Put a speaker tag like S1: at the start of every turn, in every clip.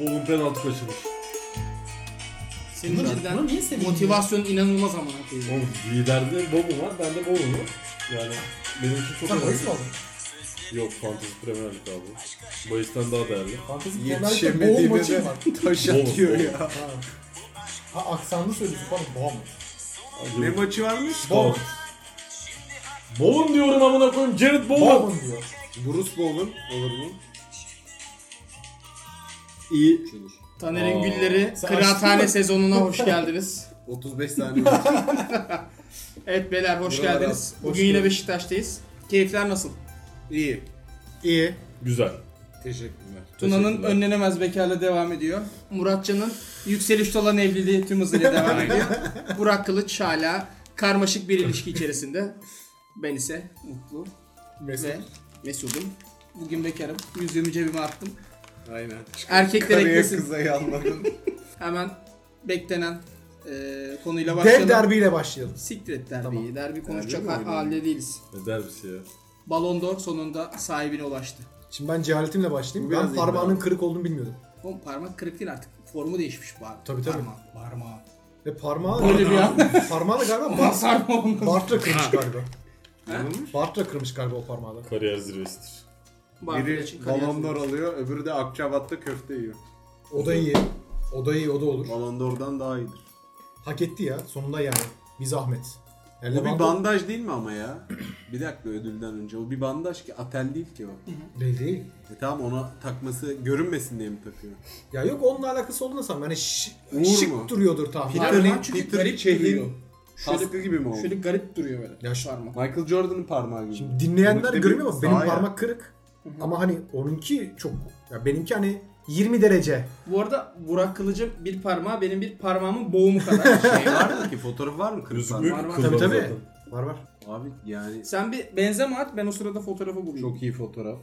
S1: Bolun penaltı kaçırmış.
S2: Senin
S3: Bunu- bunu
S2: cidden
S3: niye seviyorsun?
S2: motivasyonun inanılmaz ama.
S1: Oğlum liderde Bob'un var, bende Bob'un var. Yani benim için çok
S3: Sen
S1: önemli.
S3: bahis mi aldın?
S1: Yok, Fantasy Premier Lig abi.
S2: şey.
S1: Bayisten daha değerli.
S3: Fantezi genelde boğum maçı
S4: Yetişemediğime
S3: var.
S4: taş
S1: Bol,
S4: atıyor
S1: bol.
S4: ya.
S3: Ha aksanlı söylüyorsun pardon boğum maçı.
S1: Abi,
S4: Ne maçı varmış?
S3: Boğum.
S1: Bowen diyorum amına koyayım. Jared Bowen.
S3: Boğum diyor.
S4: Bruce Bowl'un olur mu?
S1: İyi.
S4: Çılır.
S2: Taner'in
S1: Aa.
S2: Gülleri
S3: Sen açtın
S2: Kıraathane
S3: mı?
S2: sezonuna hoş geldiniz.
S4: 35 saniye. maç.
S2: Evet beyler hoş
S4: Buralara
S2: geldiniz.
S4: hoş
S2: Bugün yine
S4: geldin.
S2: Beşiktaş'tayız. Keyifler nasıl?
S4: İyi.
S2: İyi.
S1: Güzel.
S4: Teşekkürler.
S2: Tuna'nın
S1: Teşekkürler.
S2: önlenemez bekarlığı devam ediyor. Muratcan'ın yükselişte olan evliliği tüm hızıyla devam ediyor. Burak Kılıç hala karmaşık bir ilişki içerisinde. Ben ise mutlu
S3: Mesut.
S2: ve mesudum. Bugün bekarım. Yüzüğümü cebime attım.
S4: Aynen.
S2: Erkekler
S4: Karaya
S2: eklesin.
S4: kıza yanladın.
S2: Hemen beklenen eee, konuyla
S3: Dev
S2: başlayalım.
S3: derbiyle başlayalım.
S2: Siktir et derbiyi.
S3: Tamam.
S2: Derbi konuşacak
S4: mi
S2: ha-
S4: oynanıyor?
S2: halde değiliz.
S1: Ne derbisi ya.
S2: Ballon d'Or sonunda sahibine ulaştı.
S3: Şimdi ben cehaletimle başlayayım.
S4: Bu biraz
S3: ben parmağının
S4: iddialı.
S3: kırık olduğunu bilmiyordum.
S2: Oğlum parmak kırık değil artık. Formu değişmiş bu abi.
S3: Tabii, tabii.
S2: Parmağı. Parmağı.
S3: Ve parmağı...
S2: Böyle bir an.
S3: Parmağı da galiba
S2: Ulan
S3: Bart,
S2: sarma olmaz.
S3: Bartra kırmış galiba.
S4: Yanılmış.
S3: Bartra kırmış galiba o parmağı da.
S1: Kariyer zirvesidir.
S4: Biri balonlar alıyor, öbürü de Akçabat'ta köfte yiyor.
S3: O da iyi. O da iyi, o da olur.
S4: Balondor'dan daha iyidir.
S3: Hak etti ya. Sonunda yani. Bir zahmet. Yani
S4: O bir
S3: Lewandowski-
S4: bandaj değil mi ama ya? Bir dakika ödülden önce. O bir bandaj ki atel değil ki o.
S3: Değil değil.
S4: E tamam ona takması görünmesin diye mi takıyor?
S3: Ya yok onunla alakası olduğunu sanmıyorum. Hani şi-
S4: Uğur
S3: şık
S4: mu?
S3: duruyordur tahmin.
S2: Peter-
S3: Aynen.
S2: Parmağı çünkü garip duruyor. Şöyle-
S4: Kaskı gibi mi oldu?
S2: Şöyle garip duruyor böyle.
S3: Ya şu-
S2: parmak.
S4: Michael Jordan'ın parmağı gibi.
S3: Şimdi dinleyenler
S4: Sonuçta bir
S3: görmüyor ama benim
S4: sağ ya.
S3: parmak kırık. Ama hani onunki çok. Ya benimki hani 20 derece.
S2: Bu arada Burak Kılıç'ın bir parmağı benim bir parmağımın boğumu kadar.
S4: Şey var mı ki fotoğraf var mı kırık
S1: Gözükmüyor
S4: parmağı?
S1: ki
S2: Parmak-
S3: Tabii
S1: kıldan
S3: tabii.
S1: zaten.
S3: Var var.
S4: Abi yani
S2: Sen bir benzeme at ben o sırada fotoğrafı bulayım.
S4: çok iyi fotoğraf.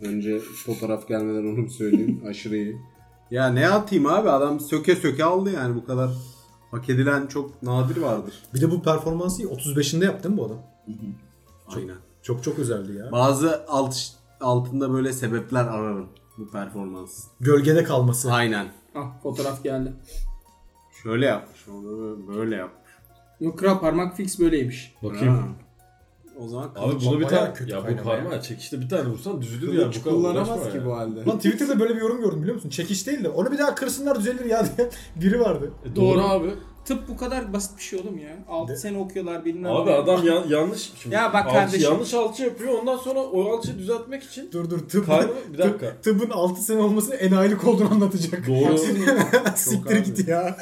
S4: Önce fotoğraf gelmeden onu söyleyeyim. Aşırı iyi. Ya ne atayım abi adam söke söke aldı yani bu kadar. Hak edilen çok nadir vardır.
S3: Bir de bu performansı iyi. 35'inde yaptın bu adam.
S4: Aynen.
S3: Çok çok özeldi ya.
S4: Bazı alt, altında böyle sebepler ararım bu performans.
S3: Gölgede kalması.
S4: Aynen.
S2: Ah fotoğraf geldi.
S4: Şöyle yapmış onu böyle yapmış.
S2: Yok kral parmak fix böyleymiş.
S1: Bakayım.
S4: O zaman
S1: Abi
S3: Kılıç
S1: bunu bir
S3: bayağı
S1: tane...
S3: kötü
S1: Ya bu
S3: kaynama
S1: parmağı çekişte bir tane vursan düzülür ya. Bu kadar uğraşma ya.
S4: halde.
S3: Lan Twitter'da böyle bir yorum gördüm biliyor musun? Çekiş değil de onu bir daha kırsınlar düzelir ya diye biri vardı.
S1: E,
S2: Doğru abi. Tıp bu kadar basit bir şey oğlum ya. 6
S3: De-
S2: sene okuyorlar bilmem
S1: Abi
S2: ne.
S1: adam ya- yanlış şimdi.
S2: Ya bak
S1: alçı-
S2: kardeşim.
S1: Yanlış alçı yapıyor. Ondan sonra o alçıyı düzeltmek için
S3: Dur dur tıp,
S1: Kaynama- bir dakika.
S3: tıp- tıbbın 6 sene olmasını enayilik olduğunu anlatacak.
S1: Doğru.
S3: Siktir
S4: Çok
S3: git ya.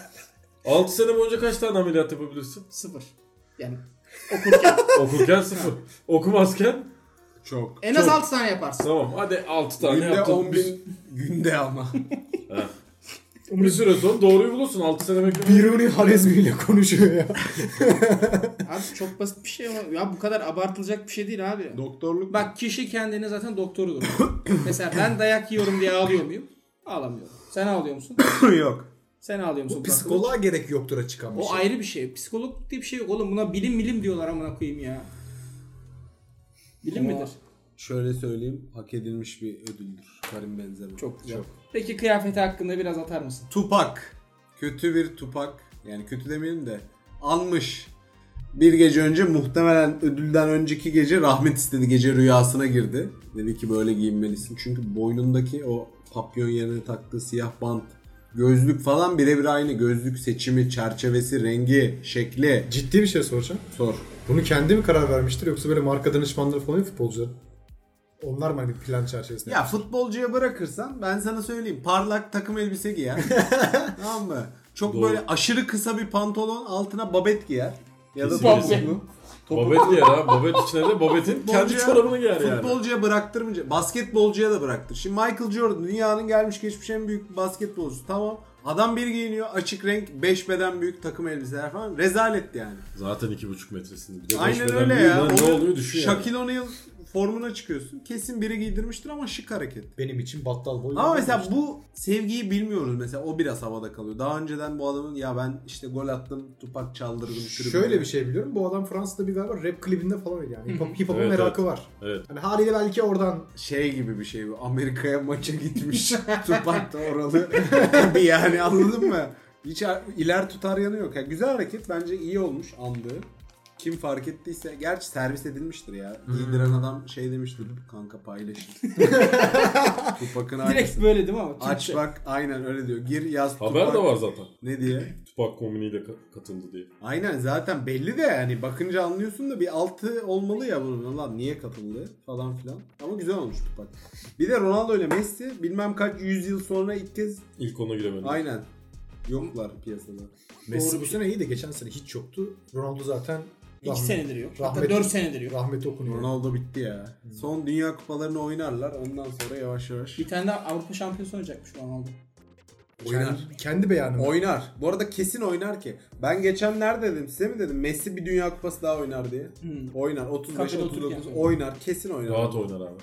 S1: 6 sene boyunca kaç tane ameliyat yapabilirsin?
S2: Sıfır. Yani okurken
S1: Okurken sıfır. Okumazken
S4: Çok.
S2: en az
S1: Çok.
S2: 6 tane yaparsın.
S1: tamam hadi 6 tane
S4: Günde
S1: yaptın.
S4: 10
S1: Bir,
S4: bin günde ama.
S1: bir süre sonra doğruyu bulursun 6 sene beklemek.
S3: Biruni Harezmi ile konuşuyor ya.
S2: Abi çok basit bir şey ama ya bu kadar abartılacak bir şey değil abi.
S4: Doktorluk
S2: Bak kişi kendini zaten doktorudur. Mesela ben dayak yiyorum diye ağlıyor muyum? Ağlamıyorum. Sen ağlıyor musun?
S4: yok.
S2: Sen ağlıyor musun? Burak Kılıç?
S3: Psikoloğa gerek yoktur açık ama.
S2: O ayrı bir şey. Psikolog diye bir şey yok oğlum. Buna bilim bilim diyorlar amına koyayım ya. Bilim
S4: Ama-
S2: midir?
S4: Şöyle söyleyeyim hak edilmiş bir ödüldür. Karim Benzema.
S2: Çok güzel. Peki kıyafeti hakkında biraz atar mısın?
S4: Tupak. Kötü bir Tupak. Yani kötü demeyelim de anmış. Bir gece önce muhtemelen ödülden önceki gece rahmet istedi. Gece rüyasına girdi. Dedi ki böyle giyinmelisin. Çünkü boynundaki o papyon yerine taktığı siyah bant, gözlük falan birebir aynı. Gözlük seçimi, çerçevesi, rengi, şekli.
S3: Ciddi bir şey soracağım.
S4: Sor.
S3: Bunu kendi mi karar vermiştir yoksa böyle marka danışmanları falan mı futbolcular? Onlar mı hani plan çerçevesinde?
S4: Ya futbolcuya bırakırsan ben sana söyleyeyim parlak takım elbise giyer. tamam mı? Çok
S1: Doğru.
S4: böyle aşırı kısa bir pantolon altına babet giyer. Ya da
S1: Kesinlikle.
S4: topuklu.
S1: Babet yer ha. Babet içine de Babet'in kendi
S4: Futbolcuya-
S1: çorabını giyer yani.
S4: Futbolcuya bıraktırmayacak. Basketbolcuya da bıraktır. Şimdi Michael Jordan dünyanın gelmiş geçmiş en büyük basketbolcusu. Tamam. Adam bir giyiniyor açık renk 5 beden büyük takım elbiseler falan. Rezalet yani.
S1: E, Zaten 2,5 metresinde. Bir de
S4: Aynen
S1: koşmadan
S4: öyle
S1: bir
S4: ya.
S1: lan Ne
S4: Onu-
S1: oluyor düşün yani.
S4: Shaquille O'Neal formuna çıkıyorsun. Kesin biri giydirmiştir ama şık hareket.
S5: Benim için battal boy.
S4: Ama mesela bu sevgiyi bilmiyoruz mesela o biraz havada kalıyor. Daha önceden bu adamın ya ben işte gol attım, tupak çaldırdım.
S5: Şöyle bir şey biliyorum. Bu adam Fransa'da bir galiba rap klibinde falan oynuyor yani. Hip hop- Hip hop'un
S1: Evet,
S5: merakı var.
S1: Evet.
S5: Hani haliyle belki oradan
S4: şey gibi bir şey bu. Amerika'ya maça gitmiş. Tupac da oralı. Tabii yani anladın mı? Hiç ar- iler tutar yanı yok. Yani güzel hareket bence iyi olmuş andı. Kim fark ettiyse. Gerçi servis edilmiştir ya. Giydiren adam şey demiştir. Kanka paylaşın. Tupac'ın
S2: Direkt
S4: aynısı.
S2: böyle değil mi ama?
S4: Aç bak aynen öyle diyor. Gir yaz
S1: Haber de
S4: Tupac.
S1: var zaten.
S4: Ne diye?
S1: Tupac kombiniyle ka- katıldı diye.
S4: Aynen zaten belli de yani bakınca anlıyorsun da bir altı olmalı ya bunun lan niye katıldı falan filan. Ama güzel olmuş Tupac. Bir de Ronaldo ile Messi bilmem kaç yüzyıl sonra ilk kez
S1: İlk ona giremedi.
S4: aynen yoklar piyasada.
S5: Messi
S2: Doğru
S5: bu
S2: bir
S5: sene iyi de geçen sene hiç yoktu. Ronaldo zaten
S2: 2 senedir yok. Hatta
S5: rahmetli-
S2: 4 senedir yok.
S5: Rahmet okunuyor.
S4: Ronaldo bitti ya. Son dünya kupalarını oynarlar ondan sonra yavaş yavaş.
S2: Bir tane daha Avrupa şampiyonu olacakmış Ronaldo.
S4: Oynar.
S5: Kendi, kendi beyanı.
S4: Oynar. Bu arada kesin oynar ki. Ben geçen nerede dedim size mi dedim Messi bir dünya kupası daha oynar diye.
S2: Hmm.
S4: Oynar 35
S2: Kafede
S4: 39
S2: otururken.
S4: oynar kesin oynar.
S1: Rahat oynar abi.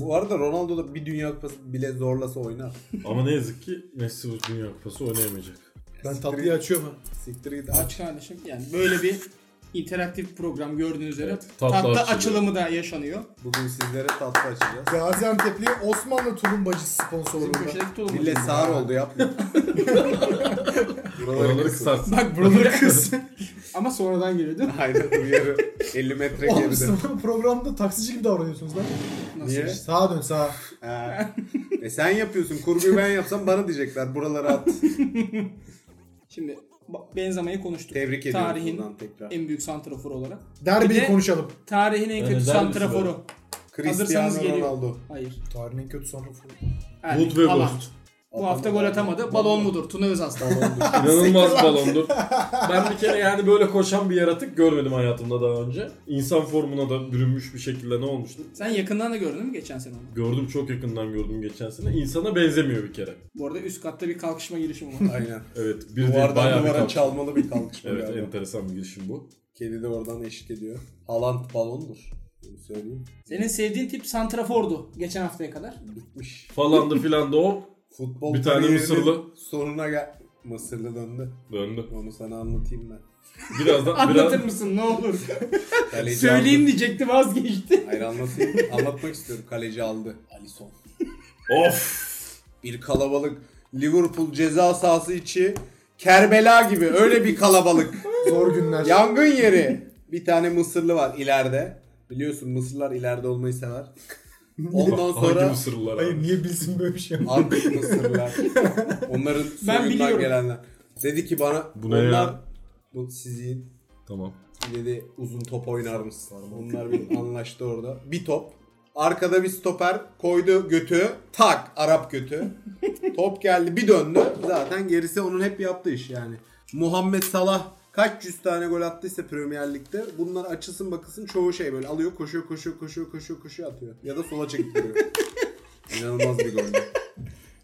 S4: Bu arada Ronaldo da bir dünya kupası bile zorlasa oynar.
S1: Ama ne yazık ki Messi bu Dünya Kupası oynayamayacak.
S5: Ben tatlıyı açıyorum ha.
S4: Siktir git aç.
S2: Aç kardeşim. Yani böyle bir interaktif program gördüğünüz üzere
S1: Evet, tatlı
S2: tatlı
S1: açılıyor.
S2: açılımı da yaşanıyor.
S4: Bugün sizlere tatlı açacağız.
S5: Gaziantep'li Osmanlı tulumbacı
S2: Bizim
S5: sponsorluğunda.
S2: köşedeki tulum.
S4: Millet sağır oldu yapma.
S1: Oraları kısarsın.
S2: Bak buraları kız. Ama sonradan geliyor değil mi?
S4: Aynen uyarı. 50 metre
S5: Oğlum
S4: geride.
S5: siz bu programda taksici gibi davranıyorsunuz lan.
S2: Nasıl?
S4: Niye?
S5: Sağa dön sağa.
S4: Ha. E sen yapıyorsun. Kurguyu ben yapsam bana diyecekler. Buraları at.
S2: Şimdi ba- Benzema'yı konuştuk.
S4: Tebrik ediyorum
S2: Tarihin
S4: buradan tekrar.
S2: en büyük santraforu olarak. Bir
S5: Derbiyi
S2: de-
S5: konuşalım.
S2: Tarihin en
S1: Yani şey?
S2: kötü
S1: der
S2: santraforu. Hazırsanız
S4: Cristiano
S2: geliyor.
S4: Ronaldo.
S2: Hayır.
S5: Tarihin en kötü santraforu.
S2: Erling
S1: Wood ve
S2: Haaland.
S1: Ghost.
S2: Bu hafta gol atamadı. Balon mudur? Tuna Özas.
S1: İnanılmaz balondur. Ben bir kere yani böyle koşan bir yaratık görmedim hayatımda daha önce. İnsan formuna da bürünmüş bir şekilde ne olmuştu?
S2: Sen yakından da gördün mü geçen sene onu?
S1: Gördüm çok yakından gördüm geçen sene. İnsana benzemiyor bir kere.
S2: Bu arada üst katta bir kalkışma girişimi var.
S4: Aynen.
S1: Evet bir değil
S4: Duvardan
S1: bayağı bir
S4: duvara
S1: kalk-
S4: çalmalı bir kalkışma.
S1: Evet
S4: galiba.
S1: enteresan bir girişim bu.
S4: Kedi de oradan eşlik ediyor. Haaland balondur. Bunu söyleyeyim.
S2: Senin sevdiğin tip santrafordu geçen haftaya kadar.
S4: Bitmiş.
S1: Falandı filan da o
S4: Futbol
S1: Bir tane
S4: kariyerinin
S1: Mısırlı.
S4: Sonuna gel. Mısırlı döndü.
S1: döndü.
S4: Onu sana anlatayım ben.
S1: Birazdan biraz,
S2: Anlatır mısın ne olur?
S4: Kaleci
S2: Söyleyeyim diyecekti vazgeçti.
S4: aldı. Hayır anlatayım. Anlatmak istiyorum. Kaleci aldı. Alisson.
S1: Of!
S4: Bir kalabalık. Liverpool ceza sahası içi. Kerbela gibi. Öyle bir kalabalık.
S5: Zor günler.
S4: Yangın yeri. Bir tane Mısırlı var ileride. Biliyorsun Mısırlar ileride olmayı sever. Ondan
S1: Ah, Hangi
S4: sonra
S1: Mısırlılar abi?
S5: Hayır niye bilsin böyle bir şey?
S4: Antik Mısırlar. Onların
S2: Ben
S4: soyundan
S2: biliyorum.
S4: gelenler. Dedi ki bana
S1: Bu ne
S4: onlar
S1: ya?
S4: bu sizin
S1: Tamam.
S4: dedi uzun top oynar mısın? Onlar bir anlaştı orada. Bir top. Arkada bir stoper koydu götü. Tak Arap götü. top geldi bir döndü. Zaten gerisi onun hep yaptığı iş yani. Muhammed Salah kaç yüz tane gol attıysa Premier Lig'de bunlar açılsın bakılsın çoğu şey böyle alıyor koşuyor koşuyor koşuyor koşuyor koşuyor atıyor. Ya da sola çekip duruyor. İnanılmaz bir gol.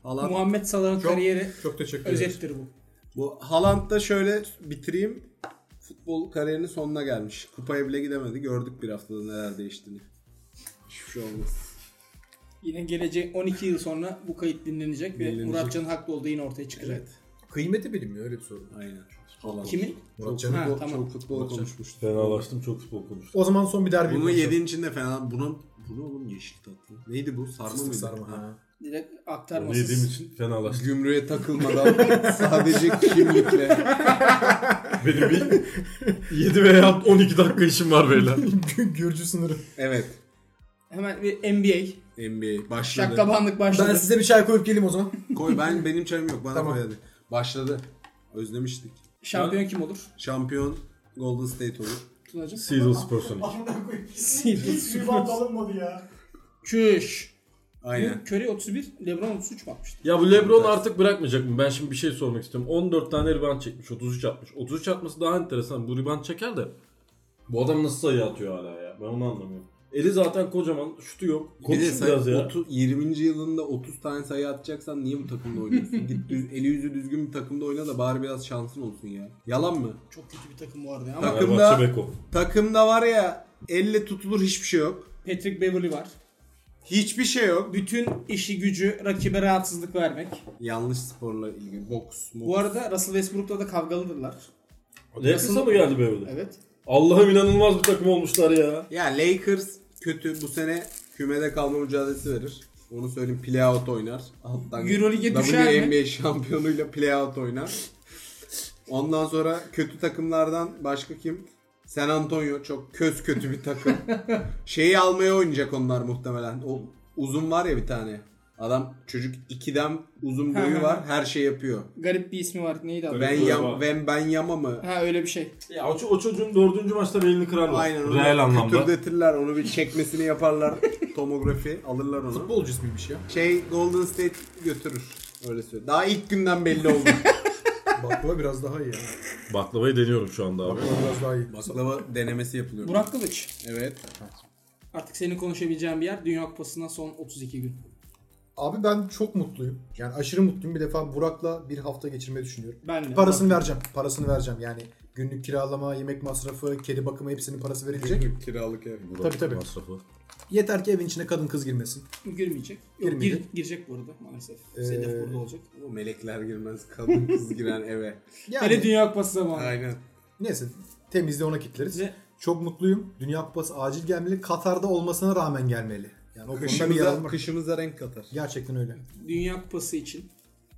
S4: Haaland
S2: Muhammed Salah'ın kariyeri
S5: Çok teşekkür ederim.
S2: özettir bu.
S4: bu Haaland'da şöyle bitireyim. Futbol kariyerinin sonuna gelmiş. Kupaya bile gidemedi. Gördük bir haftada neler değiştiğini. Hiçbir şey olmaz.
S2: Yine gelecek 12 yıl sonra bu kayıt dinlenecek ve
S4: Dinlenecek.
S2: Muratcan'ın haklı olduğu yine ortaya çıkacak.
S5: Kıymeti bilinmiyor öyle bir soru.
S4: Aynen. Haaland.
S2: Kimin?
S4: Çok,
S5: Murat Can'ın
S2: Ha,
S4: futbol,
S2: tamam.
S4: çok futbol konuşmuştuk.
S1: Fenalaştım çok futbol konuştum.
S5: O zaman son bir derbi.
S4: Bunu yediğin için de fena. Bunun, bunu oğlum yeşil tatlı. Neydi bu? Sarma mıydı?
S5: sarma.
S4: Ha.
S5: Ha.
S2: Direkt
S1: Onu yediğim
S2: aktarmasız.
S1: için fenalaştım.
S4: Gümrüğe takılmadan sadece kimlikle.
S1: Benim bir 7 veya 12 dakika işim var beyler.
S5: Gürcü sınırı.
S4: Evet.
S2: Hemen bir NBA.
S4: NBA başladı.
S2: Şaklabanlık başladı.
S5: Ben size bir çay koyup geleyim o zaman.
S4: Koy ben benim çayım yok. Bana
S5: Tamam.
S4: koy hadi. Başladı. Özlemiştik.
S2: Şampiyon kim olur?
S4: Şampiyon Golden State olur.
S2: Tunacığım.
S1: Seedles Person.
S2: Seedles.
S5: şey alınmadı ya.
S2: Çüş.
S4: Aynen.
S2: Curry 31, LeBron 33 mi atmıştı?
S1: Ya bu LeBron artık bırakmayacak mı? Ben şimdi bir şey sormak istiyorum. 14 tane rebound çekmiş, 33 atmış. 33 atması daha enteresan. Bu rebound çeker de bu adam nasıl sayı atıyor hala ya? Ben onu anlamıyorum. Eli zaten kocaman, şutu yok.
S4: Bir de
S1: Konuşun
S4: sen
S1: biraz ya.
S4: 30 20. yılında 30 tane sayı atacaksan niye bu takımda oynuyorsun? Git düz, eli yüzü düzgün bir takımda oyna da bari biraz şansın olsun ya. Yalan mı?
S2: Çok kötü bir takım vardı ya ama
S4: Bak.
S1: Fenerbahçe
S4: takımda-
S1: Beko.
S4: Takımda var ya elle tutulur hiçbir şey yok.
S2: Patrick Beverly var.
S4: Hiçbir şey yok.
S2: Bütün işi gücü rakibe rahatsızlık vermek.
S4: Yanlış sporla ilgili. Boks, moks.
S2: Bu arada Russell Westbrook'la da kavgalıdırlar.
S1: Lakers'a mı geldi böyle?
S2: Evet.
S1: Allah'ım inanılmaz bir takım olmuşlar ya.
S4: Ya Lakers kötü bu sene kümede kalma mücadelesi verir. Onu söyleyeyim playout oynar. Alttan
S2: Euroleague'e düşer mi?
S4: WNBA şampiyonuyla playout oynar. Ondan sonra kötü takımlardan başka kim? San Antonio çok köz kötü bir takım. Şeyi almaya oynayacak onlar muhtemelen. O uzun var ya bir tane. Adam çocuk 2'den uzun boyu var. Her şey yapıyor.
S2: Garip bir ismi var. Neydi adı?
S4: Ben
S1: boyu
S4: yam,
S1: var.
S4: ben, ben yama mı?
S2: Ha öyle bir şey.
S1: Ya o, ço- o çocuğun dördüncü maçta belini kırarlar.
S4: Aynen onu
S1: Real anlamda.
S4: kütürdetirler. Onu bir çekmesini yaparlar. Tomografi alırlar onu.
S6: Futbolcu ismiymiş ya.
S4: Şey Golden State götürür. Öyle söylüyor. Daha ilk günden belli oldu.
S3: Baklava biraz daha iyi yani.
S1: Baklavayı deniyorum şu anda abi.
S3: Baklava biraz daha iyi.
S4: Baklava denemesi yapılıyor.
S2: Burak Kılıç.
S4: Evet.
S2: Artık senin konuşabileceğin bir yer. Dünya Kupası'ndan son 32 gün.
S3: Abi ben çok mutluyum. Yani aşırı mutluyum. Bir defa Burak'la bir hafta geçirmeyi düşünüyorum.
S2: Ben de.
S3: Parasını vereceğim. Parasını vereceğim. Yani günlük kiralama, yemek masrafı, kedi bakımı hepsinin parası verilecek.
S4: Kiralık ev.
S3: Tabii, tabii.
S1: Masrafı.
S3: Yeter ki evin içine kadın kız girmesin.
S2: Girmeyecek. Yok, gir,
S3: Girmeyecek.
S2: girecek bu arada maalesef. Sedef
S3: Ee,
S2: burada olacak.
S4: O melekler girmez. Kadın kız giren eve.
S3: Yani
S2: Hele Dünya Kupası zamanı.
S4: Aynen.
S3: neyse temizde ona kilitleriz.
S2: Ve-
S3: Çok mutluyum. Dünya Kupası acil gelmeli. Katar'da olmasına rağmen gelmeli. Yani o konuda bir yalan
S4: Kışımıza,
S3: var.
S4: kışımıza renk katar.
S3: Gerçekten öyle.
S2: Dünya Kupası için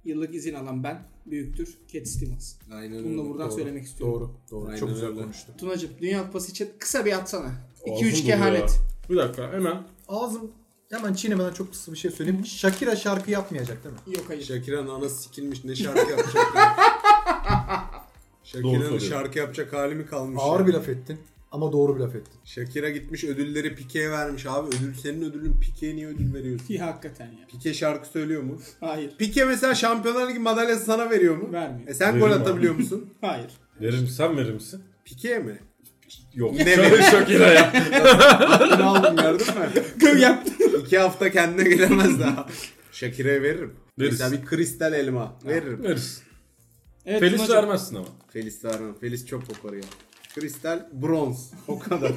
S2: yıllık izin alan ben büyüktür Cat Stevens.
S4: Aynen
S2: Bunu da
S4: öyle.
S2: buradan
S4: Doğru.
S2: söylemek istiyorum.
S3: Doğru. Doğru.
S4: Aynen
S3: Çok güzel
S4: öyle.
S3: konuştu.
S2: Tunacım Dünya Kupası için kısa bir atsana.
S1: Ağzım
S2: 2-3
S1: doluyor ya.
S2: kehanet.
S1: Bir dakika hemen.
S3: Ağzım hemen çiğnemeden çok kısa bir şey söyleyeyim. Shakira şarkı yapmayacak değil mi?
S2: Yok hayır.
S4: Şakira'nın anası sikilmiş. Ne şarkı yapacak?
S1: Doğru
S4: Şakira'nın
S1: söylüyor.
S4: şarkı yapacak hali mi kalmış?
S3: Ağır
S4: ya?
S3: bir laf ettin ama doğru bir laf ettin.
S4: Shakira gitmiş ödülleri Pike'ye vermiş. Abi ödül senin ödülün Pike'ye niye ödül veriyorsun?
S2: Ya hakikaten ya.
S4: Pike şarkı söylüyor mu?
S2: Hayır.
S4: Pike mesela Şampiyonlar Ligi madalyası sana veriyor mu?
S2: Vermiyor.
S4: E sen
S1: Veririm
S4: gol
S1: abi.
S4: atabiliyor musun?
S2: Hayır.
S1: Verir misin? Sen verir misin?
S4: Pike'ye mi?
S1: Yok.
S4: Ne verir
S1: Şakira ya.
S4: Bunu aldım gördün mü?
S2: Göm yap.
S4: İki hafta kendine gelemez daha. Şakira'ya veririm.
S1: Veririz.
S4: Mesela bir kristal elma veririm.
S1: Verirsin.
S2: Evet,
S1: Feliz
S2: Tunacım.
S1: vermezsin ama.
S4: Felis vermem. Felis çok koparıyor. Kristal bronz. O kadar.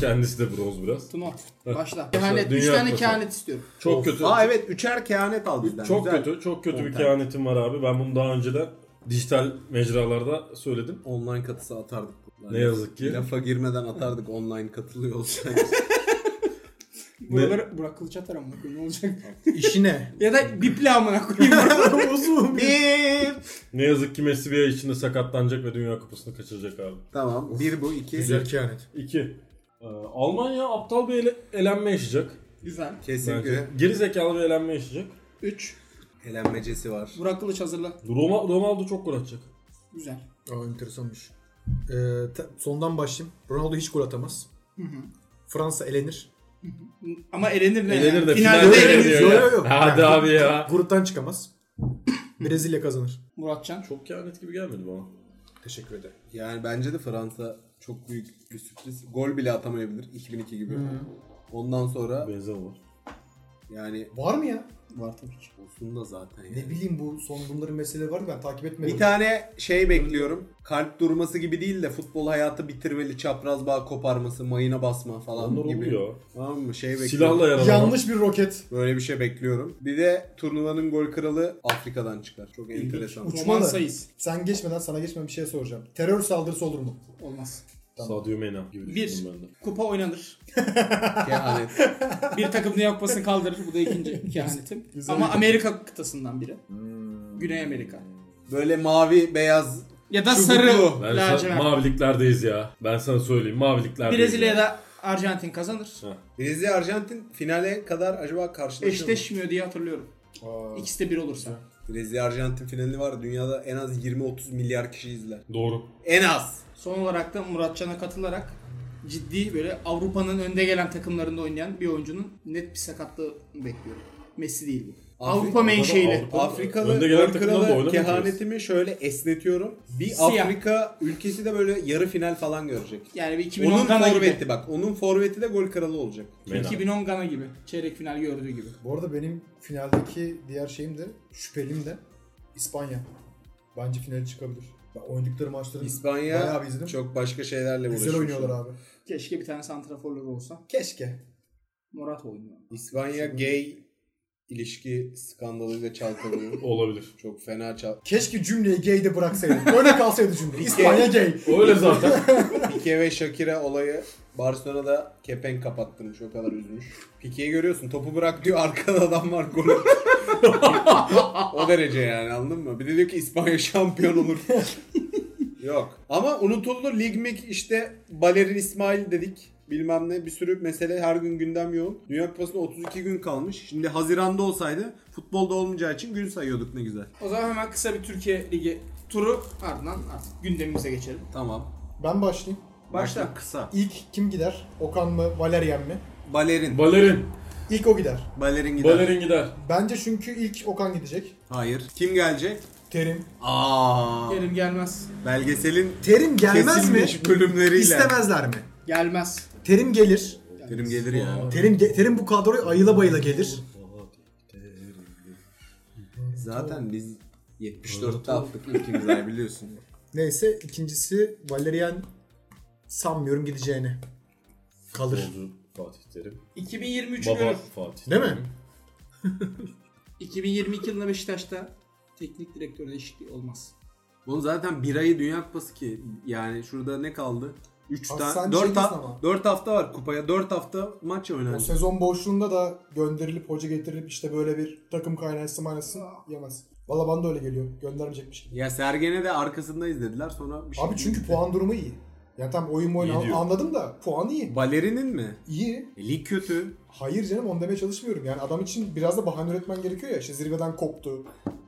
S1: Kendisi de bronz biraz.
S2: Tuna
S1: Heh.
S2: başla.
S1: Başla.
S2: Kehanet.
S1: Dünya
S2: 3 tane
S1: Kupası.
S2: kehanet istiyorum.
S1: Çok kötü.
S4: Aa evet üçer kehanet al bizden.
S1: Çok
S4: Güzel.
S1: kötü. Çok kötü bir
S4: Konten.
S1: kehanetim var abi. Ben bunu daha önce de dijital mecralarda söyledim.
S4: Online katısı atardık. Lan
S1: Ne yazık ki.
S4: Lafa girmeden atardık online katılıyor olsaydı.
S2: Buraları Burak Kılıç atar amına koyayım ne olacak?
S3: İşi ne?
S2: ya da biple amına koyayım.
S4: bir.
S1: Ne yazık ki Messi bir ay içinde sakatlanacak ve Dünya Kupası'nı kaçıracak abi.
S4: Tamam. Bir bu iki.
S3: Güzel kehanet.
S1: 2. Almanya aptal bir ele- elenme yaşayacak.
S2: Güzel.
S4: Kesinlikle.
S1: Bence. Geri zekalı bir elenme yaşayacak.
S2: 3.
S4: Elenmecesi var.
S2: Burak Kılıç hazırla.
S1: Roma, Ronaldo çok gol atacak.
S2: Güzel.
S3: Aa enteresanmış. Ee, te- sondan başlayayım. Ronaldo hiç gol atamaz. Fransa elenir.
S2: Ama elenir ne?
S1: Elenir de
S2: yani?
S1: finalde
S2: elenir.
S1: eleniyor
S3: Yo,
S1: ya.
S3: yo, yo.
S1: Hadi
S3: Yani
S1: abi ya.
S3: Gruptan çıkamaz. Brezilya kazanır.
S2: Muratcan.
S1: Çok kehanet gibi gelmedi bana.
S3: Teşekkür ederim.
S4: Yani bence de Fransa çok büyük bir sürpriz. Gol bile atamayabilir 2002 gibi. Ondan sonra
S1: Benzema var.
S4: yani
S3: Var mı ya?
S2: Var tabii ki.
S4: olsun da zaten yani.
S3: Ne bileyim bu son bunların meseleleri var ben takip etmedim.
S4: Bir tane şey bekliyorum. Kalp durması gibi değil de futbol hayatı bitirmeli, çapraz bağ koparması, mayına basma falan
S1: Onlar
S4: gibi.
S1: oluyor.
S4: Tamam mı? Şey bekliyorum.
S1: Silahla yaralama.
S3: Yanlış bir roket.
S4: Böyle bir şey bekliyorum. Bir de turnuvanın gol kralı Afrika'dan çıkar. Çok enteresan.
S3: Uçmalı.
S2: Roman sayız.
S3: Sen geçmeden sana geçmeden bir şey soracağım. Terör saldırısı olur mu?
S2: Olmaz.
S1: Sadio Mena gibi
S2: Bir.
S1: düşündüm ben de.
S2: Kupa oynanır.
S4: Kehanet.
S2: Bir takım Dünya Kupası'nı kaldırır. Bu da ikinci kehanetim. Ama Amerika kıtasından biri. Güney Amerika.
S4: Böyle mavi, beyaz
S2: Ya da
S4: Çubuklu.
S2: sarı
S1: Ben sa-
S2: lacivert.
S1: maviliklerdeyiz ya. Ben sana söyleyeyim maviliklerdeyiz. ya.
S2: Brezilya'da Arjantin kazanır.
S4: Brezilya Arjantin finale kadar acaba karşılaşıyor mu?
S2: Eşleşmiyor diye hatırlıyorum. İkisi de bir olursa.
S4: Brezilya Arjantin finali var. Dünyada en az 20-30 milyar kişi izler.
S1: Doğru.
S4: En az.
S2: Son olarak da Muratcan'a katılarak ciddi böyle Avrupa'nın önde gelen takımlarında oynayan bir oyuncunun net bir sakatlığı bekliyorum. Messi değil bu.
S4: Abi,
S2: Avrupa menşeili.
S1: Avrupa-
S4: Afrikalı
S1: Önde gelen
S4: gol
S1: takımlarla
S4: kralı
S1: oynamayacağız.
S4: kehanetimi şöyle esnetiyorum. Bir
S2: Siyah.
S4: Afrika ülkesi de böyle yarı final falan görecek.
S2: Yani bir
S4: Onun
S2: 2010 Gana gibi.
S4: forveti bak. Onun forveti de gol kralı olacak.
S1: Mena.
S2: 2010 Gana gibi. Çeyrek final gördüğü gibi.
S3: Bu arada benim finaldeki diğer şeyim de şüphelim de İspanya. Bence finale çıkabilir. Ben oynadıkları maçları bayağı
S4: İspanya
S3: bir izledim.
S4: çok başka şeylerle
S3: Güzel
S4: uğraşıyor.
S3: oynuyorlar abi.
S2: Keşke bir tane santraforları olsa.
S3: Keşke.
S2: Morat oynuyor.
S4: İspanya gay ilişki skandalıyla çalkalıyor.
S1: Olabilir.
S4: Çok fena çal.
S5: Keşke cümleyi gay de bıraksaydım. Öyle kalsaydı cümle. İspanya gay.
S1: Öyle zaten.
S4: Pique ve Shakira olayı Barcelona'da kepenk kapattırmış o kadar üzmüş. Pique'yi görüyorsun topu bırak diyor arkada adam var gol atıyor. o derece yani anladın mı? Bir de diyor ki İspanya şampiyon olur. Yok. Ama unutuldu lig mig işte Balerin İsmail dedik. Bilmem ne bir sürü mesele her gün gündem yoğun. Dünya Kupası'na 32 gün kalmış. Şimdi Haziran'da olsaydı futbolda olmayacağı için gün sayıyorduk ne güzel.
S2: O zaman hemen kısa bir Türkiye Ligi turu ardından artık gündemimize geçelim.
S4: Tamam.
S5: Ben başlayayım.
S2: Başla.
S4: Başla. Kısa.
S5: İlk kim gider? Okan mı? Valerian mi?
S4: Balerin.
S1: Balerin.
S5: İlk o gider.
S4: Balerin gider.
S1: Balerin gider.
S5: Bence çünkü ilk Okan gidecek.
S4: Hayır. Kim gelecek?
S5: Terim.
S4: Aa.
S2: Gelir gelmez.
S4: Belgeselin
S5: Terim
S4: kesilmiş bölümleriyle.
S5: mi?
S2: Gelmez.
S5: Terim gelir.
S4: Terim gelir ya.
S5: Terim ge- Terim bu kadroyu ayıla bayıla gelir.
S4: Zaten biz 74'te attık ilk imzayı biliyorsun.
S5: Neyse ikincisi Valerian sanmıyorum gideceğini. Kalır.
S1: Futbolcu Fatih Terim.
S2: 2023
S1: Baba
S2: görür.
S1: Fatih.
S5: Değil mi?
S2: 2022 yılında Beşiktaş'ta teknik direktör değişikliği olmaz.
S4: Bunun zaten bir ayı Dünya Kupası ki. Yani şurada ne kaldı? 3
S5: Abi
S4: tane
S5: sen
S4: 4
S5: şeydesin
S4: hafta
S5: ama.
S4: 4 hafta var kupaya. 4 hafta maç
S5: O
S4: oynanacak.
S5: sezon boşluğunda da gönderilip hoca getirilip işte böyle bir takım kaynaşsı manası yemez. Valla bana da öyle geliyor. Göndermeyecekmiş gibi.
S4: Ya Sergen'e de arkasındayız dediler sonra bir şey.
S5: Abi çünkü puan durumu iyi. Yani tam oyun oyun
S1: İyi
S5: an-
S1: diyor.
S5: anladım da puan iyi.
S4: Balerinin mi?
S5: İyi.
S4: E, lig kötü.
S5: Hayır canım onu demeye çalışmıyorum. Yani adam için biraz da bahane üretmen gerekiyor ya. İşte zirveden koptu.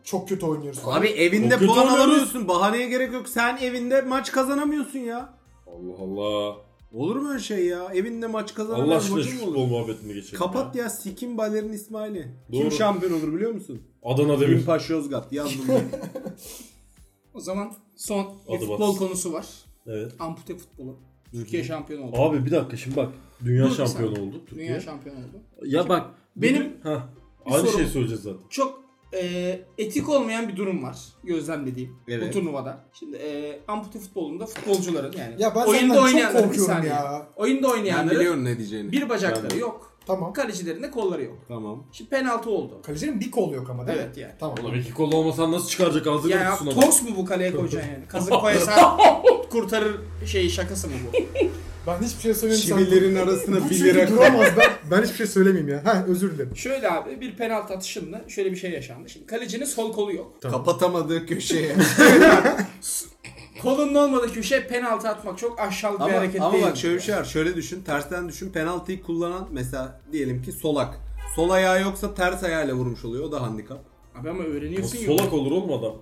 S5: Çok kötü oynuyoruz falan.
S4: Abi evinde
S1: O kötü
S4: puan
S1: oynuyoruz.
S4: alamıyorsun. Bahaneye gerek yok. Sen evinde maç kazanamıyorsun ya.
S1: Allah Allah.
S4: Olur mu öyle şey ya? Evinde maç
S1: Allah
S4: kazanamıyorsun.
S1: aşkına
S4: maçın
S1: şu
S4: mı olur?
S1: futbol muhabbetini geçelim.
S4: Kapat ya sikim Balerin İsmail'i. Kim
S1: Doğru.
S4: şampiyon olur biliyor musun?
S1: Adana Demir.
S4: Limpaş Yozgat yazdım ben.
S2: O zaman son bir
S1: Adı
S2: futbol
S1: batsın.
S2: konusu var.
S1: Evet.
S2: Ampute futbolu. Türkiye şampiyonu oldu.
S1: Abi bir dakika şimdi bak. Dünya
S2: Dur bir
S1: şampiyonu
S2: saniye.
S1: oldu. Türkiye.
S2: Dünya şampiyonu oldu.
S1: Ya bak.
S2: Benim-
S1: Ha.
S2: Bir
S1: Aynı
S2: sorum-
S1: şey söyleyeceğiz zaten.
S2: Çok e, etik olmayan bir durum var gözlemlediğim
S4: Evet.
S2: bu turnuvada. Şimdi e, ampute futbolunda futbolcuların yani
S5: Ya ben
S2: oyunda
S5: senden çok
S2: oynayanların bir
S5: korkuyorum
S2: saniye.
S5: ya.
S2: Oyunda
S4: ben
S2: oynayanların
S4: biliyorum ne diyeceğini.
S2: bir bacakları
S1: Ben-
S2: yok.
S5: Tamam.
S2: Kalecilerin de kolları yok.
S4: Tamam.
S2: Şimdi penaltı oldu.
S5: Kalecinin bir kolu yok ama değil
S2: Evet
S5: mi?
S2: yani.
S5: Tamam.
S1: Ulan iki kol olmasan nasıl çıkaracak ağzını
S2: Ya
S1: kutusuna?
S2: tors mu bu kaleye koyacaksın yani? Kazık koyarsan kurtarır şey şakası mı bu?
S5: Ben hiçbir şey söylemiyorum.
S4: Çivilerin
S5: Bu
S4: arasına bir
S5: çünkü
S4: lira koy.
S5: duramaz. Ben, ben hiçbir şey söylemeyeyim ya. Ha özür dilerim.
S2: Şöyle abi bir penaltı atışında şöyle bir şey yaşandı. Şimdi kalecinin sol kolu yok.
S4: Kapatamadığı köşeye.
S2: Kolunun olmadığı köşeye penaltı atmak çok aşağılık bir
S4: ama,
S2: hareket
S4: ama
S2: değil.
S4: bak şöyle bir şey var. Şöyle düşün. Tersten düşün. Penaltıyı kullanan mesela diyelim ki solak. Sol ayağı yoksa ters ayağıyla vurmuş oluyor. O da handikap.
S2: Abi ama
S1: O
S2: öğreniyorsun ya.
S1: Solak olur oğlum adam.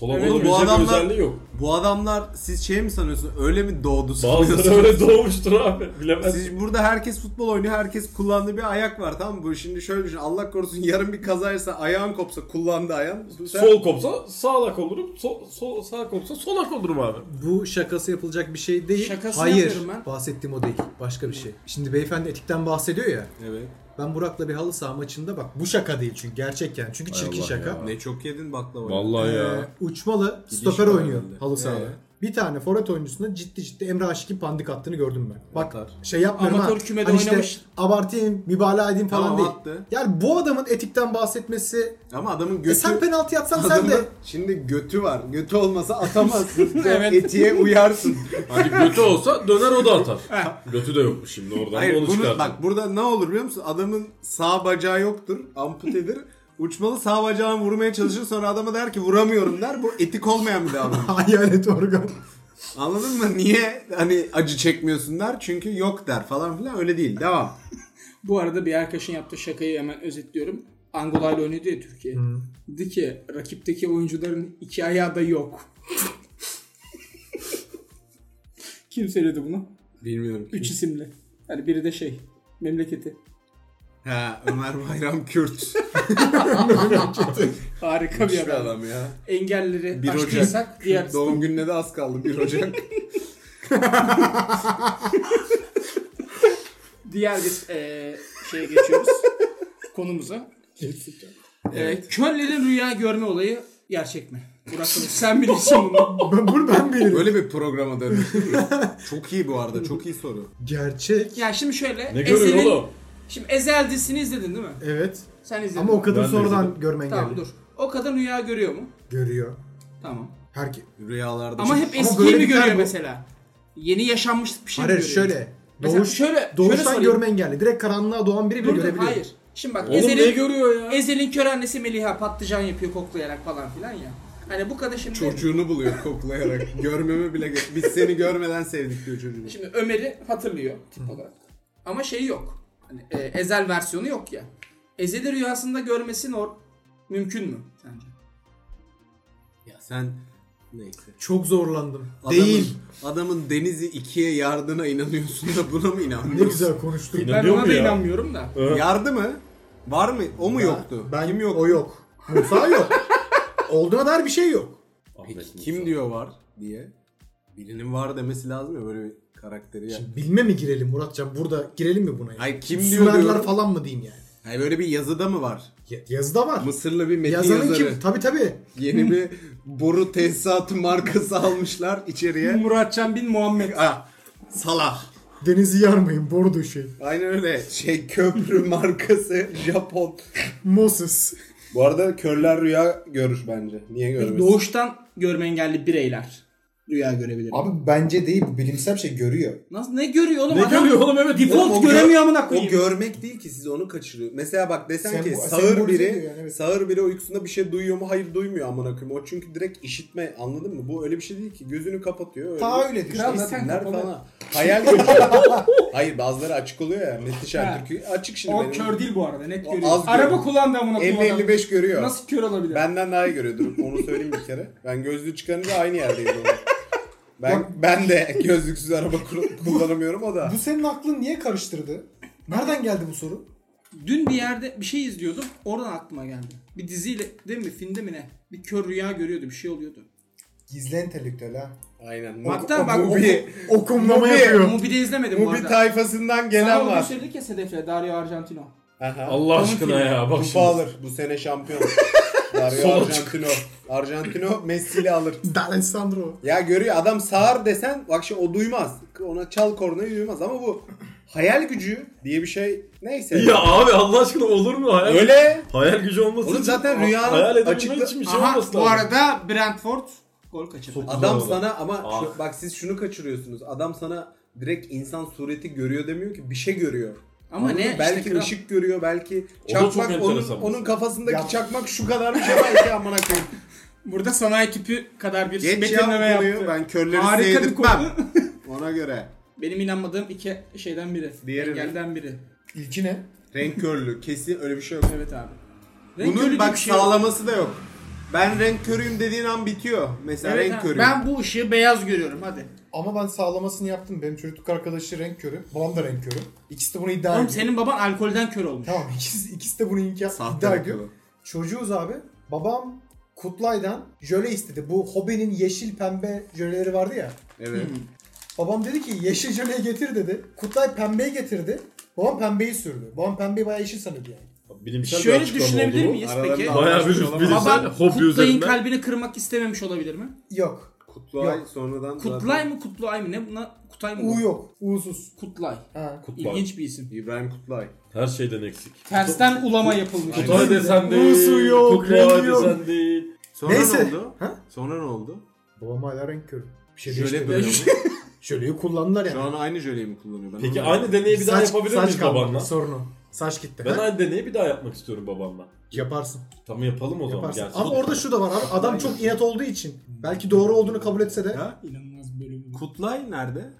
S1: Solak
S2: Evet,
S1: olur.
S4: bu
S1: Bu
S4: adamlar-
S1: bir özelliği yok.
S4: Bu adamlar siz şey mi sanıyorsunuz? Öyle mi doğdu sanıyorsunuz?
S1: Bazıları öyle doğmuştur abi. Bilemez.
S4: Siz burada herkes futbol oynuyor, herkes kullandığı bir ayak var tamam mı? Bu Şimdi şöyle düşün, Allah korusun yarın bir kazaysa, ayağın kopsa kullandı ayağın. Sen-
S1: Sol kopsa sağlak olurum. Sol, sol, sağ kopsa solak olurum abi.
S3: Bu şakası yapılacak bir şey değil.
S2: Şakasını
S3: Hayır.
S2: yapıyorum ben.
S3: Bahsettiğim o değil. Başka bir şey. Şimdi beyefendi etikten bahsediyor ya.
S4: Evet.
S3: Ben Burak'la bir halı saha maçında bak bu şaka değil çünkü gerçek yani. Çünkü çirkin
S1: Allah
S3: şaka.
S1: ya.
S4: Ne çok yedin baklava.
S1: Vallahi
S3: Ee, uçmalı stoper
S4: var
S3: oynuyor
S4: herhalde.
S3: halı sahada.
S4: Ee?
S3: Bir tane forvet oyuncusuna ciddi ciddi Emre Aşık'ın pandik attığını gördüm ben. Bak
S4: Atar.
S3: şey yapmıyorum
S2: Amatör
S3: ha.
S2: kümede
S3: Hani işte
S2: oynamış.
S3: abartayım, mübalağa edeyim falan
S4: Tamam,
S3: değil.
S4: attı.
S3: Yani bu adamın etikten bahsetmesi
S4: Ama adamın
S3: e
S4: götü...
S3: sen penaltı yapsan sen
S4: adamın-
S3: de
S4: Şimdi götü var. Götü olmasa atamazsın.
S2: Evet.
S4: Etiye uyarsın.
S1: Hani götü olsa döner o da atar. götü de yokmuş şimdi oradan. da
S4: Hayır
S1: onu
S4: bunu
S1: çıkartın.
S4: bak burada ne olur biliyor musun? Adamın sağ bacağı yoktur. Amputedir. Uçmalı sağ bacağını vurmaya çalışır sonra adama der ki vuramıyorum der. Bu etik olmayan bir davranış.
S3: hayalet organ.
S4: Anladın mı? Niye hani acı çekmiyorsun der. Çünkü yok der falan filan öyle değil. Devam.
S2: Bu arada bir arkadaşın yaptığı şakayı hemen özetliyorum. Angola ile oynuyordu ya Türkiye. Dedi ki rakipteki oyuncuların iki ayağı da yok. Kim söyledi bunu?
S4: Bilmiyorum.
S2: Üç isimli. Yani biri de şey memleketi.
S4: Ha Ömer Bayram Kürt.
S2: Harika bir adam.
S4: ya.
S2: Engelleri
S4: 1
S2: aştıysak
S4: Ocak.
S2: diğer
S4: Doğum gününe de az kaldı 1 Ocak.
S2: diğer bir eee, şeye geçiyoruz. konumuza. Evet. Köllerin Ee, rüya görme olayı gerçek mi? Burak Kılıç, sen bilirsin bunu.
S3: ben bunu ben bilirim.
S4: Böyle bir programa dönmüş. çok iyi bu arada. Çok iyi soru.
S3: Gerçek.
S2: Ya şimdi şöyle
S1: Ne görüyor
S2: Ezel'in
S1: oğlum?
S2: Şimdi Ezel dizisini izledin değil mi?
S3: Evet.
S2: Sen izledin.
S3: Ama o kadın
S1: Ben de
S3: sonradan
S1: izledim.
S3: görme engelli.
S2: Tamam dur. O kadın rüya görüyor mu?
S3: Görüyor.
S2: Tamam.
S3: Herki.
S4: Rüyalarda
S2: Ama
S4: çok-
S2: hep
S3: Ama
S2: eskiyi mi
S3: böyle
S2: görüyor
S3: bu-
S2: mesela? Yeni yaşanmışlık bir şey mi
S3: Hayır
S2: görüyor?
S3: şöyle.
S2: Mesela
S3: Doğuş,
S2: şöyle- şöyle
S3: doğuştan
S2: sorayım.
S3: görme engelli. Direkt karanlığa doğan biri bile
S2: Dur, dur,
S3: görebiliyor.
S2: hayır. Şimdi bak
S1: Oğlum ne
S2: Ezel'in,
S1: görüyor ya?
S2: Ezel'in kör annesi Meliha patlıcan yapıyor koklayarak falan filan ya. Hani bu kadın şimdi...
S4: Çocuğunu buluyor koklayarak. Görmeme bile ge- Biz seni görmeden sevdik diyor çocuğunu.
S2: Şimdi Ömer'i hatırlıyor tip olarak. Ama şey yok. Hani, e, Ezel versiyonu yok ya. Ezel'i rüyasında görmesi nor- mümkün mü sence?
S4: Ya sen neyse.
S3: Çok zorlandım.
S4: Adamın,
S3: Değil.
S4: Adamın denizi ikiye yardığına inanıyorsun da buna mı
S3: Ne
S4: inanmıyorsun?
S3: güzel konuştuk.
S2: Ben
S1: İnanıyor
S2: ona
S1: mu
S2: da
S1: ya?
S2: inanmıyorum da.
S4: Yardı mı? Var mı? O mu yoktu?
S3: Ben,
S4: kim yok?
S3: O yok. Musa yok. Olduğuna dair bir şey yok.
S1: Ahmet
S4: Peki
S1: Musa.
S4: kim diyor var diye. Birinin var demesi lazım ya böyle bir karakteri ya.
S3: Şimdi bilme mi girelim Muratcan? Burada girelim mi buna? ya?
S4: Hayır, kim diyor
S3: Sümerler
S4: diyorum.
S3: falan mı diyeyim yani?
S4: Hayır, Hani böyle bir yazıda mı var?
S3: Ya- Yazıda var.
S4: Mısırlı bir metin
S3: Yazanın
S4: yazarı.
S3: kim? Tabii tabii.
S4: Yeni bir boru tesisatı markası almışlar içeriye.
S2: Muratcan bin Muhammed.
S4: ah, salah.
S3: Denizi yarmayın. Bordo şey.
S4: Aynen öyle. Şey köprü markası Japon.
S3: Moses.
S4: Bu arada körler rüya görür bence. Niye görmesin?
S2: Doğuştan görme engelli bireyler rüya görebilir.
S5: Abi bence değil bu bilimsel bir şey görüyor.
S2: Nasıl ne görüyor oğlum
S1: Ne
S2: adam?
S1: görüyor oğlum evet.
S2: Default
S4: Oğlum o
S2: göremiyor
S4: gör-
S2: amına koyayım.
S4: O görmek değil ki siz onu kaçırıyor. Mesela bak desen
S5: Sen-
S4: ki
S5: sen
S4: sağır
S5: polise
S4: biri
S5: diyor yani, evet.
S4: sağır biri uykusunda bir şey duyuyor mu? Hayır duymuyor amına koyayım. O çünkü direkt işitme anladın mı? Bu öyle bir şey değil ki. Gözünü kapatıyor. Öyle
S5: Tahayyül et,
S4: İşte
S5: kral zaten
S4: isimler
S5: kapalı.
S4: falan. Hayal görüyor. Hayır bazıları açık oluyor ya. Metin Şentürk'ü açık şimdi.
S2: O
S4: benim.
S2: kör değil bu arada net
S4: O
S2: görüyor.
S4: az
S2: Araba
S4: görüyor.
S2: kullandı amına koyayım adam.
S4: 55 görüyor.
S2: Nasıl kör olabilir?
S4: Benden daha iyi görüyor durum. Onu söyleyeyim bir kere. Ben gözlüğü çıkarınca aynı yerdeyiz. oğlum. Ben, ben de gözlüksüz araba kur- kullanamıyorum o da.
S5: Bu senin aklın niye karıştırdı? Nereden geldi bu soru?
S2: Dün bir yerde bir şey izliyordum. Oradan aklıma geldi. Bir diziyle değil mi filmde mi ne? Bir kör rüya görüyordu bir şey oluyordu.
S5: Gizli entelektüel ha.
S4: Aynen.
S2: Hatta
S4: O-
S2: bak,
S4: bu bir-
S3: Okumlama
S4: Mubi.
S3: yapıyor.
S2: Mubi'de izlemedim bu
S4: Mubi
S2: arada.
S4: tayfasından gelen
S2: Sana onu
S4: var.
S2: gösterdik ya Sedef'le Dario Argentino.
S4: Aha.
S1: Allah aşkına ya bak
S4: Kupa
S1: şimdi.
S4: alır. Bu sene şampiyon. Dario
S1: Sola
S4: Argentino. Argentino Messi'li alır.
S3: D'Alessandro.
S4: Ya görüyor adam sağır desen bak şimdi o duymaz. Ona çal kornayı duymaz ama bu hayal gücü diye bir şey neyse.
S1: Ya abi Allah aşkına olur mu hayal?
S4: Öyle.
S1: Hayal gücü olmasın.
S4: Oğlum
S1: için-
S4: zaten rüyanın
S1: hayal edebilmek
S4: açıkla-
S1: için bir şey
S2: Aha
S1: olması
S2: bu
S1: lazım.
S2: arada Brentford gol kaçırdı.
S1: Sok-
S4: Adam
S1: Güzel
S4: sana ama şu-
S1: Ah.
S4: bak siz şunu kaçırıyorsunuz. Adam sana direkt insan sureti görüyor demiyor ki bir şey görüyor.
S2: Ama
S4: Anladın
S2: ne
S4: mı?
S2: işte
S4: Belki
S2: kral.
S4: ışık görüyor, belki
S1: O da çok
S4: çakmak onun,
S1: enteresan
S4: onun
S1: mesela.
S4: kafasındaki
S5: Ya-
S4: çakmak şu kadar bir şey belki amına koyayım.
S2: Burada sanayi tipi kadar bir
S4: Geç
S2: betimleme
S4: ya bu konuyu.
S2: yaptı.
S4: Ben körleri
S2: Harika bir konu.
S4: seyretmem. Ona göre.
S2: Benim inanmadığım iki şeyden biri.
S4: Diğeri ne?
S2: Engelden biri.
S5: İlki ne?
S4: Renk körlüğü kesin öyle bir şey yok.
S2: Evet abi. Renk körü
S4: Bunun
S2: diye
S4: bak
S2: bir şey yok.
S4: sağlaması da yok. Ben renk körüyüm dediğin an bitiyor. Mesela
S2: Evet
S4: renk
S2: abi.
S4: körüyüm.
S2: Ben bu ışığı beyaz görüyorum hadi.
S5: Ama ben sağlamasını yaptım. Benim çocukluk arkadaşı renk körü. Babam da renk körü. İkisi de bunu iddia
S2: Oğlum
S5: ediyor.
S2: senin baban alkolden kör olmuş.
S5: Tamam ikisi, ikisi de bunu inka-
S4: Sahte
S5: iddia
S4: renk
S5: ediyor.
S4: körü.
S5: Çocuğuz abi. Babam Kutlay'dan jöle istedi. Bu Hobi'nin yeşil pembe jöleleri vardı ya.
S4: Evet.
S2: Hmm.
S5: Babam dedi ki yeşil jöleyi getir dedi. Kutlay pembeyi getirdi. Babam pembeyi sürdü. Babam pembeyi bayağı yeşil sanıyordu yani.
S1: Bilimsel bir
S2: Şöyle
S1: açıklama
S2: düşünebilir
S1: oldu bu.
S2: miyiz
S4: Aralarında
S2: peki?
S4: al-
S1: Bayağı bir
S4: Anlaşmış
S1: bilimsel
S2: Baban
S1: hobi
S2: Kutlay'ın
S1: üzerinden.
S2: kalbini kırmak istememiş olabilir mi?
S5: Yok.
S4: Kutlay
S5: Yok.
S4: sonradan
S2: Kutlay
S4: zaten-
S2: mı Kutluay mı? Ne buna? Kutay mı? bu?
S5: U yok. U'suz.
S2: Kutlay.
S5: Ha.
S1: Kutlay.
S2: İlginç bir isim.
S4: İbrahim Kutlay.
S1: Her şeyden eksik.
S2: Tersten ulama yapılmış.
S1: Kutlay desen
S3: Rusu
S1: değil.
S3: yok,
S1: Kutlay
S3: rengi yok.
S1: desen değil.
S4: Sonra
S3: Neyse.
S4: ne oldu?
S3: Ha?
S4: Sonra ne oldu?
S3: Babam hala renk körü. Bir şey
S4: Jöle
S3: değiştirmiyor.
S4: böyle
S3: Jöleyi kullandılar yani.
S4: Şu an aynı jöleyi mi kullanıyor? Ben
S1: Peki
S4: onu-
S1: aynı deneyi bir daha yapabilir miyiz
S3: kalmadı,
S1: babanla?
S3: Sorunu. Saç gitti.
S1: Ben
S3: Ha?
S1: aynı deneyi bir daha yapmak istiyorum babamla.
S3: Yaparsın.
S1: Tamam yapalım o zaman. Hmm.
S3: Yaparsın.
S1: gerçi.
S3: Ama orada şu da var abi. Adam çok inat olduğu için. Belki doğru olduğunu kabul etse de.
S4: Ha?
S2: İnanılmaz bölüm.
S4: Kutlay nerede?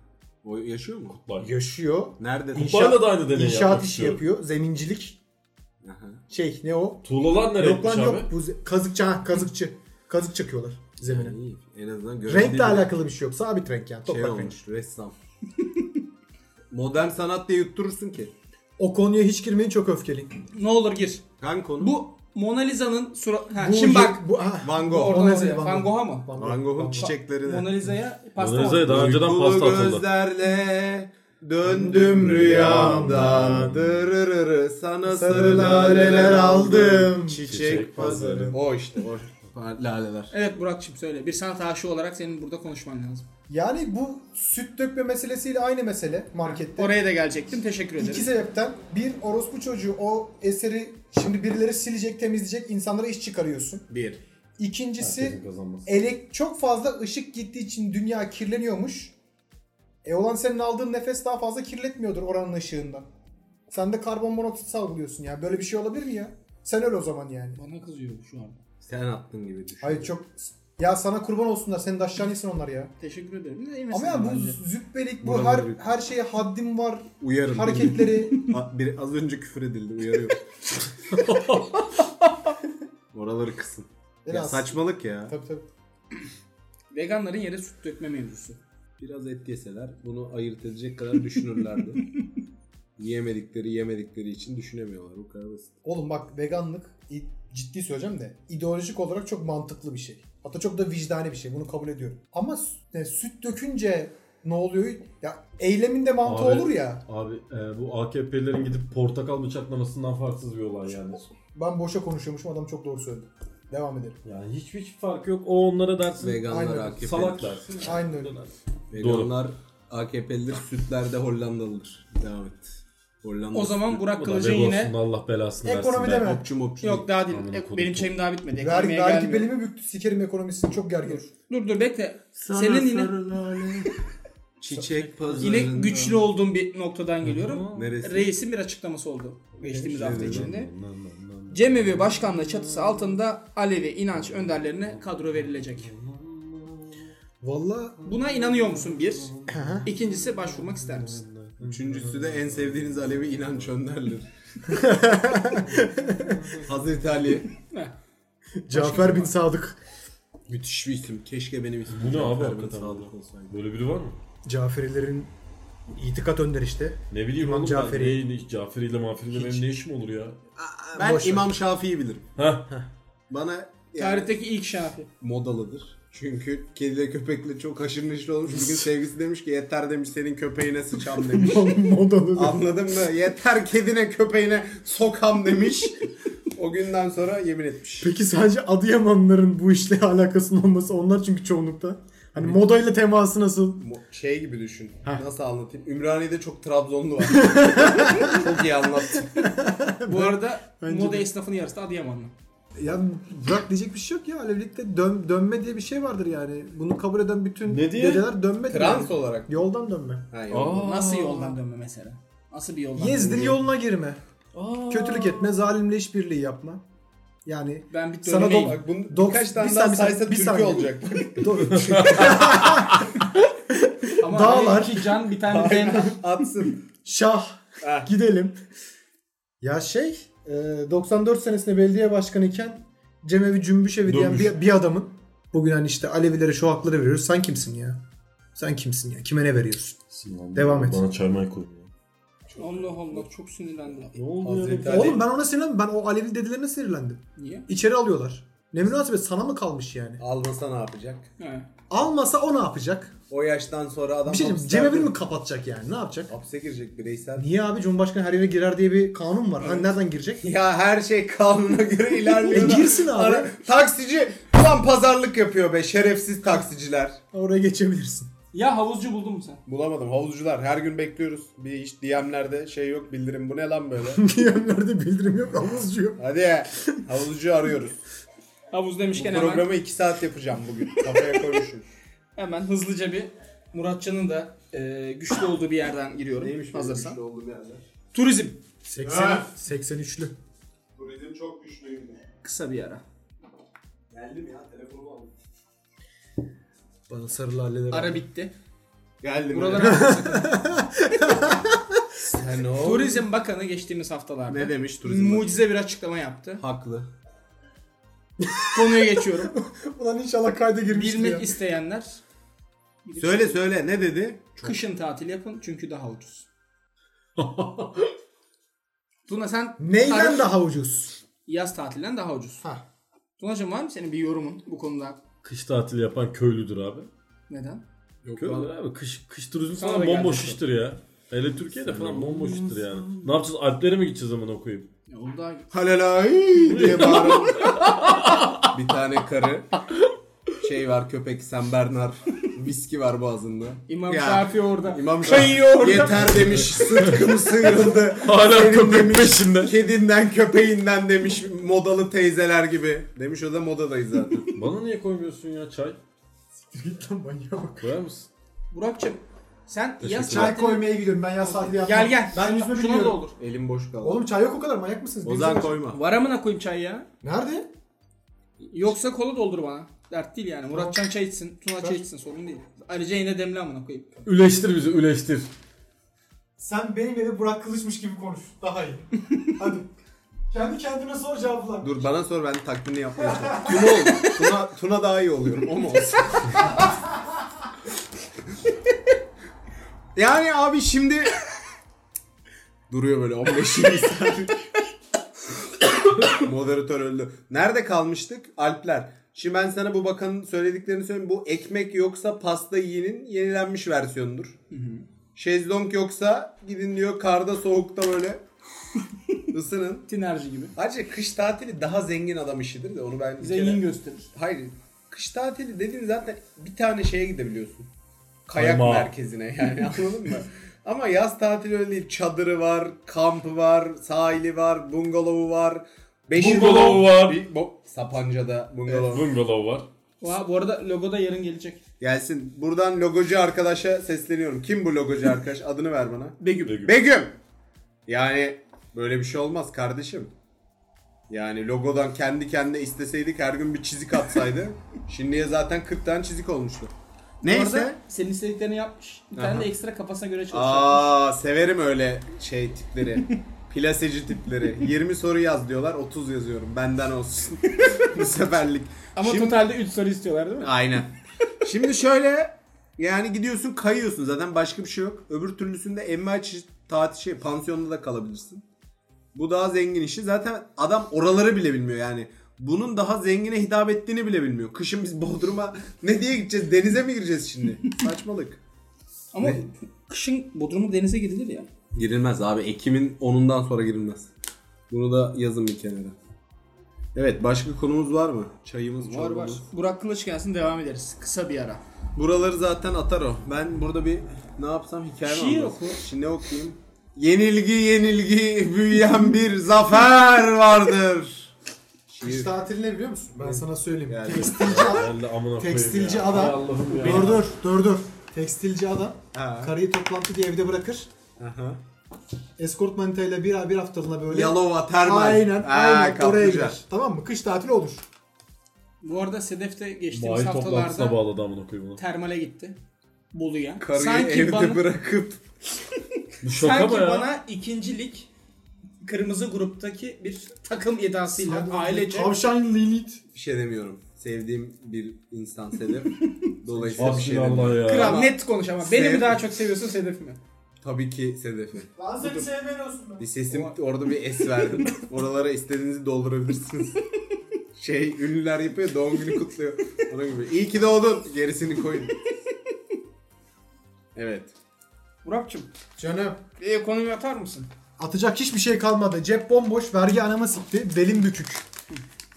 S4: O yaşıyor mu?
S1: Kutlay.
S3: Yaşıyor.
S4: Nerede?
S3: İnşaat-
S1: Kutlay'la da aynı deneyi
S3: İnşaat
S1: yapmak
S3: işi
S1: istiyorum.
S3: yapıyor. Zemincilik.
S4: Aha.
S3: Şey ne o?
S1: Tuğlalar nereye
S3: Yok
S1: gitmiş
S3: lan
S1: abi?
S3: yok. Bu ze- kazıkçı. Ha, kazıkçı. Kazık çakıyorlar zemine.
S4: İyi. En azından görebildiğim
S3: Renkle alakalı bir şey yok. Sabit renk yani.
S4: şey
S3: Toprak renk.
S4: olmuş. Ressam. Modern sanat diye yutturursun ki.
S3: O konuya hiç girmeyin çok öfkeliyim.
S2: Ne olur gir.
S4: Kan konu.
S2: Bu Mona Lisa'nın surat... Ha,
S3: Bu
S2: şimdi
S3: ye-
S2: bak.
S3: Bu, ha,
S4: Van
S2: Bu
S4: Gogh.
S2: Orada
S3: Mona
S2: ne yazıyor?
S3: Lisa,
S2: Van
S3: Van
S2: Gogh'a mı?
S3: Van Gogh.
S4: Van Gogh'un
S2: Mona
S4: çiçekleri.
S2: Lisa'ya pasta
S1: Mona Lisa'ya
S2: mı?
S1: daha önceden pasta atıldı.
S4: gözlerle döndüm rüyamdan. Dırırırı sana sarı laleler aldım. Çiçek
S1: Çiçek pazarı.
S4: pazarı. O işte o. Laleler.
S2: Evet Burak'cığım söyle. Bir sanat aşığı olarak senin burada konuşman lazım.
S5: Yani bu süt dökme meselesiyle aynı mesele markette.
S2: Oraya da gelecektim. Teşekkür ederim.
S5: İki sebepten bir orospu çocuğu o eseri şimdi birileri silecek temizleyecek insanlara iş çıkarıyorsun.
S4: Bir.
S5: İkincisi
S1: Herkesin kazanması.
S5: elek çok fazla ışık gittiği için dünya kirleniyormuş. E olan senin aldığın nefes daha fazla kirletmiyordur oranın ışığından. Sen de karbon monoksit salgılıyorsun ya. Böyle bir şey olabilir mi ya? Sen öl o zaman yani.
S2: Bana kızıyor şu anda.
S4: Sen attın gibi düşün.
S5: Hayır çok... Ya sana kurban olsunlar. Senin de aşağı insin onlar ya.
S2: Teşekkür ederim. Ne iyi
S5: Ama
S2: mesela
S5: ya bu
S2: bence.
S5: züppelik, bu
S4: Buraları
S5: her,
S4: bir-
S5: her şeye haddim var.
S4: Uyarım.
S5: Hareketleri
S4: A- bir, az önce küfür edildi uyarıyorum. Oraları kısın. Ya
S5: Biraz.
S4: saçmalık ya.
S5: Tabii tabii.
S2: Veganların yere süt dökme mevzusu.
S4: Biraz et yeseler bunu ayırt edecek kadar düşünürlerdi. Yiyemedikleri yemedikleri için düşünemiyorlar. Bu kadar basit.
S5: Oğlum bak veganlık i- ciddi söyleyeceğim de ideolojik olarak çok mantıklı bir şey. Hatta çok da vicdani bir şey. Bunu kabul ediyorum. Ama sü- ne, süt dökünce ne oluyor? Ya eylemin de mantığı
S1: Abi-
S5: olur ya.
S1: Abi e, bu AKP'lerin gidip portakal bıçaklamasından farksız bir olay yani.
S5: Ben boşa konuşuyormuşum. Adam çok doğru söyledi. Devam edelim.
S1: Yani hiçbir hiç fark yok. O onlara dersin.
S4: Veganlar
S5: Aynen.
S4: AKP'lidir.
S1: Salak dersin.
S5: Aynen öyle.
S4: Veganlar AKP'lidir. Sütler de Hollandalıdır. Devam et. Hollanda.
S2: O zaman Burak
S1: Bu da
S2: Kılıç'ın
S1: vegan
S2: yine...
S1: olsun, Allah belasını versin.
S5: Ekonomi
S1: der.
S5: deme.
S4: Hopçu mopçu.
S2: Yok daha değil.
S1: Amına
S2: E,
S1: kodum.
S2: Benim şeyim daha bitmedi.
S5: Vergi,
S2: Ekonomiye
S5: vergi
S2: gelmiyor.
S5: belimi büktü. Sikerim ekonomisini. Çok gergin.
S2: Dur dur bekle. Senin yine
S4: Çiçek pazarında.
S2: yine güçlü olduğum bir noktadan geliyorum.
S4: Neresi?
S2: Reisin bir açıklaması oldu geçtiğimiz hafta
S4: dedi
S2: içinde.
S1: Lan, lan, lan, lan.
S2: Cemevi Başkanlığı çatısı altında Alevi inanç önderlerine kadro verilecek.
S3: Valla
S2: Buna inanıyor musun bir? İkincisi başvurmak ister misin?
S4: Üçüncüsü de en sevdiğiniz Alevi inanç önderleri. Hazreti Ali.
S2: Heh.
S3: Cafer bin Sadık.
S4: Müthiş bir isim. Keşke benim ismim.
S1: Bu ne abi
S4: Cafer bin
S1: hakikaten?
S4: Sadık olsaydı.
S1: Böyle biri var mı?
S3: Caferilerin itikat önderi işte.
S1: Ne bileyim
S3: İmam
S1: oğlum
S3: Caferi.
S1: ben ne, hiç Caferi'yle Maferi'yle benim ne işim olur ya?
S4: Ben
S3: Boş ver.
S4: İmam Şafii'yi bilirim.
S1: Hah.
S4: Bana yani
S2: Tarihteki ilk şafi.
S4: modalıdır. Çünkü kediyle köpekle çok haşır neşir olmuş. Bir gün sevgisi demiş ki yeter demiş senin köpeğine sıçam demiş.
S3: Modalı.
S4: Anladın mı? Yeter kedine köpeğine sokam demiş. o günden sonra yemin etmiş.
S3: Peki sadece Adıyamanların bu işle alakasının olması onlar çünkü çoğunlukta. Hani modayla teması nasıl?
S4: Mo- Şey gibi düşün. Nasıl anlatayım? Ümraniye'de çok Trabzonlu var. çok iyi anlattın.
S2: Bu arada
S3: bence
S2: moda
S3: de.
S2: esnafının yarısı da Adıyamanlı.
S3: Ya bırak diyecek bir şey yok ya. Alevlikte dön, dönme diye bir şey vardır yani. Bunu kabul eden bütün
S1: Ne diye?
S3: dedeler dönme
S4: Trans olarak.
S3: Yoldan dönme.
S4: Ha, yok.
S1: Aa.
S2: Nasıl yoldan dönme mesela? Nasıl bir yoldan
S3: Yezdin
S2: dönme?
S3: yoluna girme.
S1: Aa.
S3: Kötülük etme, zalimle işbirliği yapma. Yani
S2: Ben bir
S3: Sana
S2: dönemeyim.
S3: dom-
S4: Bak bunu
S3: Dok-
S4: birkaç tane
S3: bir
S4: daha
S3: saniye,
S4: saysa
S3: bir
S4: türkü
S3: saniye.
S4: olacak.
S3: do-
S2: Ama
S3: Dağlar.
S2: belki Can bir tane de-
S4: Atsın.
S3: şah gidelim. Ya şey, e, 94 senesinde belediye başkanı iken Cemevi Cümbüşevi diyen
S1: Dönmüş.
S3: bir, bir adamın bugün hani işte Alevilere şu hakları veriyoruz. Sen kimsin ya? Sen kimsin ya? Kime ne veriyorsun? Devam et.
S1: Bana çarmıha koy.
S2: Allah Allah çok sinirlendim.
S1: Ne oldu ya?
S4: Hazreti
S1: Hazreti
S4: Ali.
S3: Oğlum ben ona sinirlendim. Ben o Alevi dedilerine sinirlendim.
S2: Niye?
S3: İçeri alıyorlar. Ne münasebet sana mı kalmış yani?
S4: Almasa ne yapacak?
S2: He.
S3: Almasa o ne yapacak?
S4: O yaştan sonra adam
S3: Bir şey diyeyim.
S4: hapiste-
S3: Cemevi mi kapatacak yani? Ne yapacak?
S4: Hapse girecek bireysel.
S3: Niye abi Cumhurbaşkanı her yere girer diye bir kanun var. Hani nereden girecek?
S4: Ya her şey kanuna göre ilerliyor.
S3: E
S4: da-
S3: girsin abi.
S4: taksici ulan pazarlık yapıyor be şerefsiz taksiciler.
S3: Oraya geçebilirsin.
S2: Ya havuzcu buldun mu sen?
S4: Bulamadım havuzcular her gün bekliyoruz. Bir iş DM'lerde şey yok bildirim bu ne lan böyle.
S3: Diyenlerde bildirim yok. Havuzcu yok.
S4: Hadi ya havuzcu arıyoruz.
S2: Havuz
S4: Bu
S2: demişken hemen,
S4: programı 2 saat yapacağım bugün. Kafaya koymuşum.
S2: hemen hızlıca bir Muratcan'ın da e, güçlü olduğu bir yerden giriyorum. Hazırsan. Turizm.
S3: 80, 83'lü.
S4: Turizm çok güçlüydü.
S2: Kısa bir ara.
S4: Geldim ya telefonumu aldım.
S3: Bana sarılı halleler.
S2: Ara bitti.
S4: Geldim.
S2: Buralara haklısın.
S4: Sen o.
S2: Turizm Bakanı geçtiğimiz haftalarda
S4: Ne demiş Turizm Bakanı?
S2: mucize bir açıklama yaptı.
S4: Haklı.
S2: Konuya geçiyorum.
S3: Ulan inşallah kayda girmiştir ya.
S2: Bilmek isteyenler
S4: şey Söyle söyle ne dedi?
S2: kışın tatil yapın çünkü daha ucuz. Tuna sen
S3: Neyden
S2: Ara-
S3: daha ucuz?
S2: yaz tatilinden daha ucuz.
S3: Ha.
S2: Tunacığım var mı senin bir yorumun bu konuda?
S1: Kış tatili yapan köylüdür abi.
S2: Neden?
S1: Köylüdür abi. Kış, kış turizmi
S2: Sana
S1: falan
S2: da
S1: bomboş
S2: gelecek
S1: iştir ya. Hele Türkiye'de falan bomboş iştir yani. Ne yapacağız? Alplere mi gideceğiz amına koyayım?
S2: Ya onu daha...
S4: Halalay diye bağıran bir tane karı. Şey var köpek Sen Bernard. Viski var boğazında.
S2: İmam
S4: Ya,
S2: Şafii orada.
S4: İmam
S2: Kayıyor
S4: Şafii
S2: orada.
S4: yeter demiş. Sıtkım sıyrıldı.
S1: Hala
S4: Senin
S1: köpek
S4: demiş,
S1: peşinde.
S4: Kedinden köpeğinden demiş modalı teyzeler gibi. Demiş o da modadayız zaten.
S1: Bana niye koymuyorsun ya çay?
S3: Git lan manyağa bak.
S1: Koyar mısın?
S2: Burak'cığım sen yaz
S1: Teşekkürler.
S3: Çay
S2: saatini-
S3: koymaya gidiyorum ben ya sahile yapmam.
S2: Gel gel.
S3: Ben yüzme
S2: Şuna da
S3: biliyorum.
S2: olur.
S4: Elim boş kaldı.
S3: Oğlum çay yok o kadar manyak mısınız?
S4: Ozan
S3: Bilmiyorum.
S4: koyma.
S2: Var amına koyayım çay ya.
S3: Nerede?
S2: Yoksa kola doldur bana. Dert değil yani. Muratcan çay içsin. Tuna çay içsin. Sorun değil. Ayrıca yine demli amına koyayım.
S1: Üleştir bizi üleştir.
S3: Sen benim eve Burak Kılıçmış gibi konuş. Daha iyi. Hadi. Kendi kendine sor cevaplar.
S4: Dur bana sor ben taklidini yapmaya çalışıyorum. Tuna ol. Tuna, Tuna daha iyi oluyorum. O mu olsun? yani abi şimdi... Duruyor böyle 15 yıl Moderatör öldü. Nerede kalmıştık? Alpler. Şimdi ben sana bu bakanın söylediklerini söyleyeyim. Bu ekmek yoksa pasta yiyenin yenilenmiş versiyonudur. Şezlong yoksa gidin diyor karda soğukta böyle ısının.
S2: Tinerji gibi.
S4: Ayrıca kış tatili daha zengin adam işidir de onu ben bir
S2: Zengin
S4: kere-
S2: gösterir.
S4: Hayır. Kış tatili dediğin zaten bir tane şeye gidebiliyorsun. Kayak
S1: Kaymağa.
S4: merkezine yani anladın mı? Ama yaz tatili öyle değil. Çadırı var, kampı var, sahili var, bungalovu var. Beşi
S1: Bungalovu var.
S4: Bir bo- Sapanca'da bungalov.
S1: Bungalov var.
S2: Oha, bu arada logo da yarın gelecek.
S4: Gelsin. Buradan logocu arkadaşa sesleniyorum. Kim bu logocu arkadaş? Adını ver bana.
S2: Begüm.
S1: Begüm.
S4: Begüm. Yani böyle bir şey olmaz kardeşim. Yani logodan kendi kendine isteseydik her gün bir çizik atsaydı. Şimdiye zaten 40 tane çizik olmuştu.
S2: Bu arada
S4: Neyse.
S2: senin istediklerini yapmış. Bir tane de ekstra kafasına göre çalışıyor.
S4: Aa severim öyle şey tipleri. Plaseci tipleri. 20 soru yaz diyorlar 30 yazıyorum. Benden olsun. bu seferlik.
S2: Ama
S4: Şimdi-
S2: totalde 3 soru istiyorlar değil mi?
S4: Aynen. Şimdi şöyle yani gidiyorsun kayıyorsun zaten başka bir şey yok. Öbür türlüsünde emma çeşit tatil şey pansiyonda da kalabilirsin. Bu daha zengin işi. Zaten adam oraları bile bilmiyor yani. Bunun daha zengine hitap ettiğini bile bilmiyor. Kışın biz Bodrum'a ne diye gideceğiz? Denize mi gireceğiz şimdi? Saçmalık.
S2: Ama
S4: Ne?
S2: kışın Bodrum'u denize gidilir ya.
S4: Girilmez abi. Ekim'in 10'undan sonra girilmez. Bunu da yazın bir kenara. Evet başka konumuz var mı? Çayımız
S2: Var var.
S4: çorbamız.
S2: Burak Kılıç gelsin devam ederiz. Kısa bir ara.
S4: Buraları zaten atar o. Ben burada bir ne yapsam hikaye
S2: Şiir
S4: anlatayım.
S2: oku.
S4: Şimdi ne okuyayım? Yenilgi yenilgi büyüyen bir zafer vardır.
S3: Kış tatili ne biliyor musun? Ben sana söyleyeyim.
S4: Yani-
S3: Tekstilci adam.
S1: Ben de amına koyayım
S3: Tekstilci
S1: ya.
S3: adam.
S1: Hay Allah'ım ya.
S3: Dur dur dur dur. Tekstilci adam.
S4: Ha.
S3: Karıyı toplantı diye evde bırakır.
S4: Aha.
S3: Eskort manitayla bir, bir haftalığına böyle.
S4: Yalova termal.
S3: Aynen. aynen.
S4: kaplıca.
S3: Oraya gider. Tamam mı? Kış tatili olur.
S2: Bu arada Sedef de geçtiğimiz
S1: Bayi toplantısına
S2: haftalarda
S1: bağladı amına koyayım bunu.
S2: termale gitti. Bolu'ya.
S4: Karıyı
S2: sanki
S4: evde
S2: bana,
S4: bırakıp
S1: Bu şaka
S2: sanki
S1: mı ya?
S2: bana ikinci lig kırmızı gruptaki bir takım edasıyla ailece
S3: Tavşan Lilith.
S4: bir şey demiyorum. Sevdiğim bir insan Sedef. Dolayısıyla bir şey
S1: Hapşin
S4: demiyorum.
S1: Allah ya.
S2: kral
S4: Ama-
S2: net konuş ama beni
S4: Sedef-
S2: mi daha çok seviyorsun Sedef mi?
S4: Tabii ki Sedef'i.
S3: Ben seni sevmiyorsun
S4: Bir sesim orada bir es verdim. Oralara istediğinizi doldurabilirsiniz. Şey ünlüler yapıyor doğum günü kutluyor. Ona gibi. İyi ki doğdun. Gerisini koyun. Evet.
S2: Burak'cığım
S3: Canım.
S2: bir ekonomi atar mısın?
S3: Atacak hiçbir şey kalmadı. Cep bomboş, vergi anama sikti, belim bükük.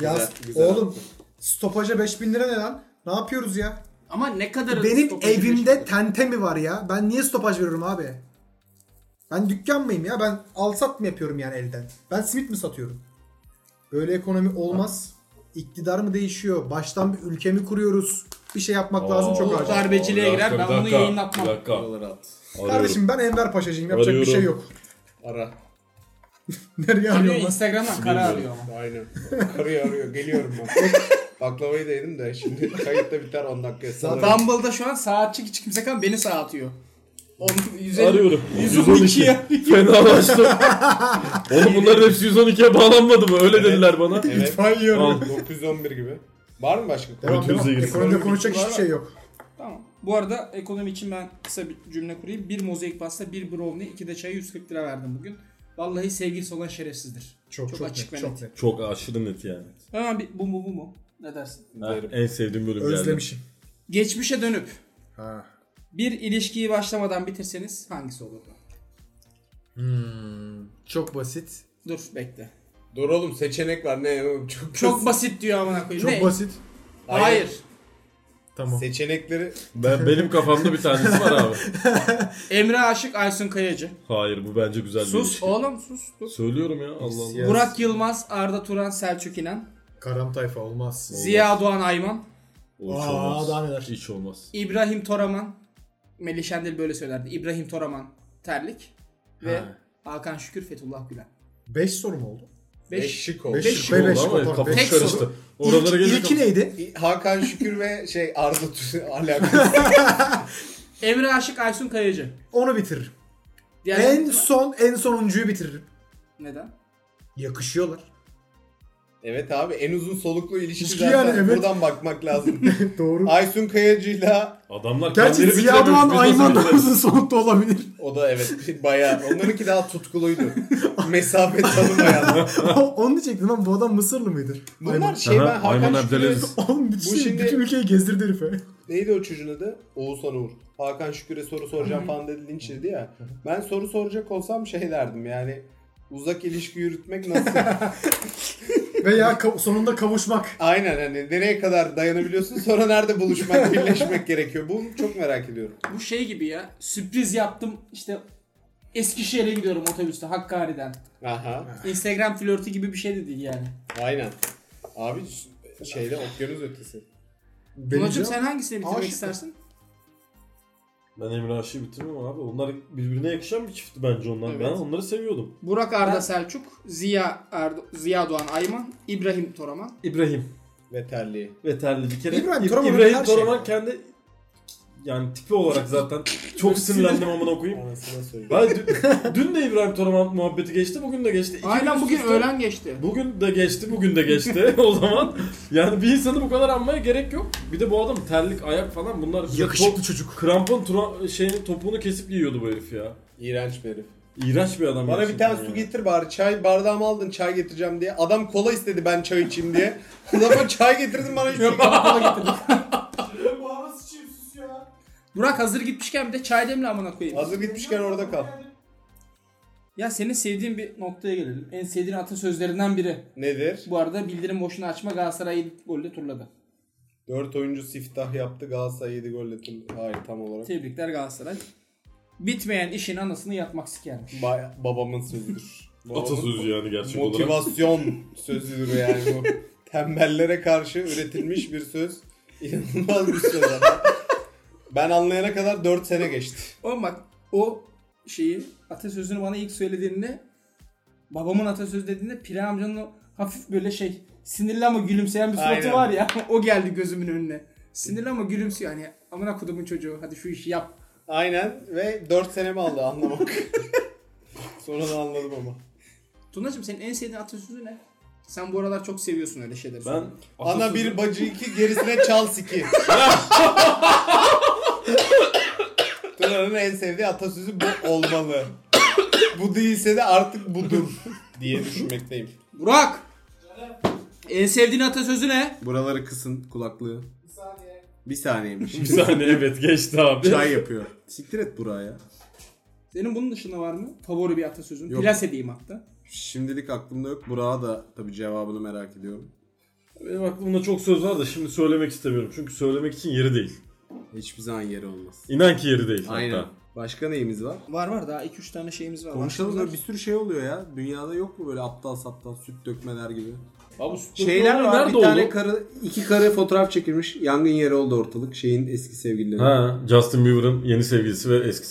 S3: Ya
S4: Güzel, güzel
S3: oğlum
S4: yaptın.
S3: stopaja 5000 lira ne lan? Ne yapıyoruz ya?
S2: Ama ne kadar
S3: Benim evimde tente mi var ya? Ben niye stopaj veriyorum abi? Ben dükkan mıyım ya? Ben alsat mı yapıyorum yani elden? Ben simit mi satıyorum? Böyle ekonomi olmaz. İktidar mı değişiyor? Baştan bir ülke mi kuruyoruz? Bir şey yapmak lazım çok
S1: Oo,
S3: acil.
S2: darbeciliğe
S1: bir
S2: girer,
S1: dakika,
S2: ben
S1: bir
S2: bunu
S1: dakika,
S2: yayınlatmam.
S1: Bir dakika.
S4: Oralara at.
S1: Arıyorum.
S3: Kardeşim ben Enver Paşacıyım. Yapacak bir şey
S1: Arıyorum.
S3: yok.
S4: Ara.
S3: Nereye
S2: Arıyor
S3: arıyorum lan?
S2: Instagram'dan kara arıyor ama.
S4: Aynen. Arıyor arıyor. Geliyorum ben. Baklavayı da yedim de şimdi kayıtta biter 10 dakika. Salarım.
S2: Dumble'da şu an saatçi hiç kimse kalmadı beni sağa atıyor. Onun 150
S1: Arıyorum.
S2: 112 'ye.
S1: Fenalaştım. Oğlum bunların hepsi 112'ye bağlanmadı mı? Öyle dediler bana.
S4: Evet.
S1: Al.
S4: 911 gibi. Var mı başka?
S3: Devam,
S1: Götünüze
S3: devam.
S1: girsin.
S3: Ekonomide konuşacak hiçbir şey yok.
S2: Tamam. Bu arada ekonomi için ben kısa bir cümle kurayım. Bir mozaik pasta, bir brownie, iki de çayı 140 lira verdim bugün. Vallahi sevgilisi olan şerefsizdir.
S3: Çok çok,
S2: açık
S3: net,
S2: ve
S3: çok
S2: net.
S3: net.
S1: Çok aşırı net yani.
S2: Hemen bir bu mu bu mu? Ne dersin?
S1: Ha,
S4: Derim.
S1: en sevdiğim bölüm geldi.
S3: Özlemişim.
S2: Geçmişe dönüp
S3: Ha.
S2: bir ilişkiyi başlamadan bitirseniz hangisi olurdu?
S3: Çok basit.
S2: Dur bekle.
S4: Dur oğlum seçenek var ne çok
S2: Çok basit diyor amına koyayım.
S3: Çok
S2: Ne?
S3: basit.
S2: Hayır.
S3: Tamam.
S4: Seçenekleri
S1: Ben, benim kafamda bir tanesi var abi.
S2: Emre Aşık, Aysun Kayacı.
S1: Hayır bu bence güzel bir
S2: Sus
S1: ilişki.
S2: oğlum sus. Dur.
S1: Söylüyorum ya Allah Allah.
S3: Yes.
S2: Burak Yılmaz, Arda Turan, Selçuk İnan,
S3: Karam tayfa olmaz.
S2: Ziya Doğan Ayman,
S1: O hiç
S3: Aa,
S1: olmaz.
S3: daha neler.
S1: Hiç olmaz.
S2: İbrahim Toraman. Melih Şendil böyle söylerdi. İbrahim Toraman Terlik ve
S3: Ha.
S2: Hakan Şükür Fethullah Gülen.
S3: 5 soru mu oldu?
S2: 5
S4: şık oldu.
S3: Beş
S2: Beş
S3: şık
S1: Oldu
S3: Şey oldu
S1: ama
S3: ama pardon.
S1: kafam
S3: Beş
S2: soru.
S1: karıştı.
S3: İlk,
S1: Oralara gelince
S3: ilki neydi?
S4: Hakan Şükür ve şey Arda Turan alakası.
S2: Emre Aşık, Aysun Kayacı.
S3: Onu bitiririm.
S2: Diğer
S3: En son en sonuncuyu bitiririm.
S2: Neden?
S3: Yakışıyorlar.
S4: evet abi en uzun soluklu ilişki
S3: İlişki
S4: zaten
S3: yani, evet.
S4: buradan bakmak lazım.
S3: Doğru.
S4: Aysun Kayacı'yla
S1: Adamlar
S3: Gerçi
S1: kendileri
S3: Ziya
S1: bitiremiyor.
S3: Doğan
S1: Biz nasıl
S3: Ayman da
S1: bitiremiyoruz?
S3: uzun solukta olabilir.
S4: o da evet bayağı onlarınki daha tutkuluydu. Mesafe tanımayan.
S3: Onu diyecektim lan bu adam Mısırlı mıydı?
S4: Bunlar
S3: Ayman.
S4: şey ben
S1: Aha, Ayman
S4: Hakan Şükür'e
S1: Abdülaziz.
S3: Oğlum bütün,
S4: Bu şimdi-
S3: bütün ülkeyi gezdirdi herife.
S4: Neydi o çocuğun adı? Oğuzhan Uğur. Hakan Şükür'e soru soracağım falan dedi linç yedi ya. Ben soru soracak olsam şey derdim yani uzak ilişki yürütmek nasıl?
S3: Veya ka- sonunda kavuşmak.
S4: Aynen hani nereye kadar dayanabiliyorsun sonra nerede buluşmak, birleşmek gerekiyor? Bunu çok merak ediyorum.
S2: Bu şey gibi ya. Sürpriz yaptım işte Eskişehir'e gidiyorum otobüste Hakkari'den.
S4: Aha.
S2: Instagram flörtü gibi bir şey de değil yani.
S4: Aynen. Abi şeyde okyanus ötesi.
S2: Tunacığım
S3: Benim
S2: sen hangisini bitirmek
S3: Aşık.
S2: istersin?
S1: Ben Emre Aşı'yı bitirmem abi. Onlar birbirine yakışan bir çiftti bence onlar.
S4: Evet.
S1: Ben onları seviyordum.
S2: Burak Arda Selçuk, Ziya Erdo- Ziya Doğan Ayman, İbrahim Toraman.
S1: İbrahim.
S4: Ve terliği.
S1: Ve terli bir kere.
S3: İbrahim
S1: İb-
S3: Toraman
S1: İbrahim
S3: her şey.
S1: Toraman kendi yani tipi olarak zaten çok sinirlendim amına koyayım.
S4: Anasına söylüyorum.
S1: Ben dün, dün de İbrahim Toraman muhabbeti geçti, bugün de geçti. İki gün
S2: Aynen
S1: üst
S2: bugün
S1: üste-
S2: öğlen geçti.
S1: Bugün de geçti, bugün de geçti o zaman. Yani bir insanı bu kadar anmaya gerek yok. Bir de bu adam terlik, ayak falan bunlar. bir de
S3: yakışıklı
S1: top-
S3: çocuk.
S1: Krampon tura, şeyini, topuğunu kesip yiyordu bu herif ya.
S4: İğrenç bir herif.
S1: İğrenç bir adam.
S4: Bana bir
S1: gerçekten
S4: tane
S1: ya.
S4: su getir bari. Çay bardağımı aldın çay getireceğim diye. Adam kola istedi ben çay içeyim diye. Adama çay getirdin bana hiç
S2: Burak hazır gitmişken bir de çay demle amına koyayım.
S4: Hazır gitmişken orada kal.
S2: Ya senin sevdiğin bir noktaya gelelim. En sevdiğin atasözlerinden biri.
S4: Nedir?
S2: Bu arada bildirim boşuna açma Galatasaray ilk golde turladı.
S4: 4 oyuncu siftah yaptı Galatasaray 7 golle tüm- Hayır tam olarak.
S2: Tebrikler Galatasaray. Bitmeyen işin anasını yatmak sikermiş.
S4: Ba- babamın sözüdür. Babamın
S1: Atasözü yani gerçek olarak.
S4: Motivasyon sözüdür yani bu. Tembellere karşı üretilmiş bir söz. İnanılmaz bir söz ama. Ben anlayana kadar 4 sene geçti.
S2: Oğlum bak o şeyi atasözünü bana ilk söylediğinde babamın atasözü dediğinde Pire amcanın o hafif böyle şey sinirli ama gülümseyen bir suratı
S4: Aynen.
S2: var ya o geldi gözümün önüne. Sinirli ama gülümsüyor hani amına kodumun çocuğu hadi şu işi yap.
S4: Aynen ve 4 senemi aldı anlamak. Sonradan anladım ama.
S2: Tunacığım senin en sevdiğin atasözü ne? Sen bu aralar çok seviyorsun öyle şeyleri.
S1: Ben
S4: Ana bir bacı iki gerisine çal siki. Tuna'nın en sevdiği atasözü bu olmalı. bu değilse de artık budur diye düşünmekteyim.
S2: Burak! En sevdiğin atasözü ne?
S4: Buraları kısın kulaklığı. Bir saniyeymiş.
S1: bir saniye evet geçti abi.
S4: yapıyor. Siktir et buraya.
S2: Senin bunun dışında var mı? Favori bir atasözün.
S4: Yok.
S2: Plase diyeyim hatta.
S4: Şimdilik aklımda yok. Burak'a da tabii cevabını merak ediyorum.
S1: Benim aklımda çok söz var da şimdi söylemek istemiyorum. Çünkü söylemek için yeri değil.
S4: Hiçbir zaman yeri olmaz.
S1: İnan ki yeri değil hatta.
S4: Başka neyimiz var?
S2: Var var daha 2-3 tane şeyimiz var.
S4: Konuşalım
S2: Başka
S4: da bir sürü şey oluyor ya. Dünyada yok mu böyle aptal saptal süt dökmeler gibi?
S1: Abi
S4: Şeyler var. bir tane
S1: oldu?
S4: karı, iki karı fotoğraf çekilmiş. Yangın yeri oldu ortalık. Şeyin eski sevgilileri.
S1: Ha, Justin Bieber'ın yeni sevgilisi ve eski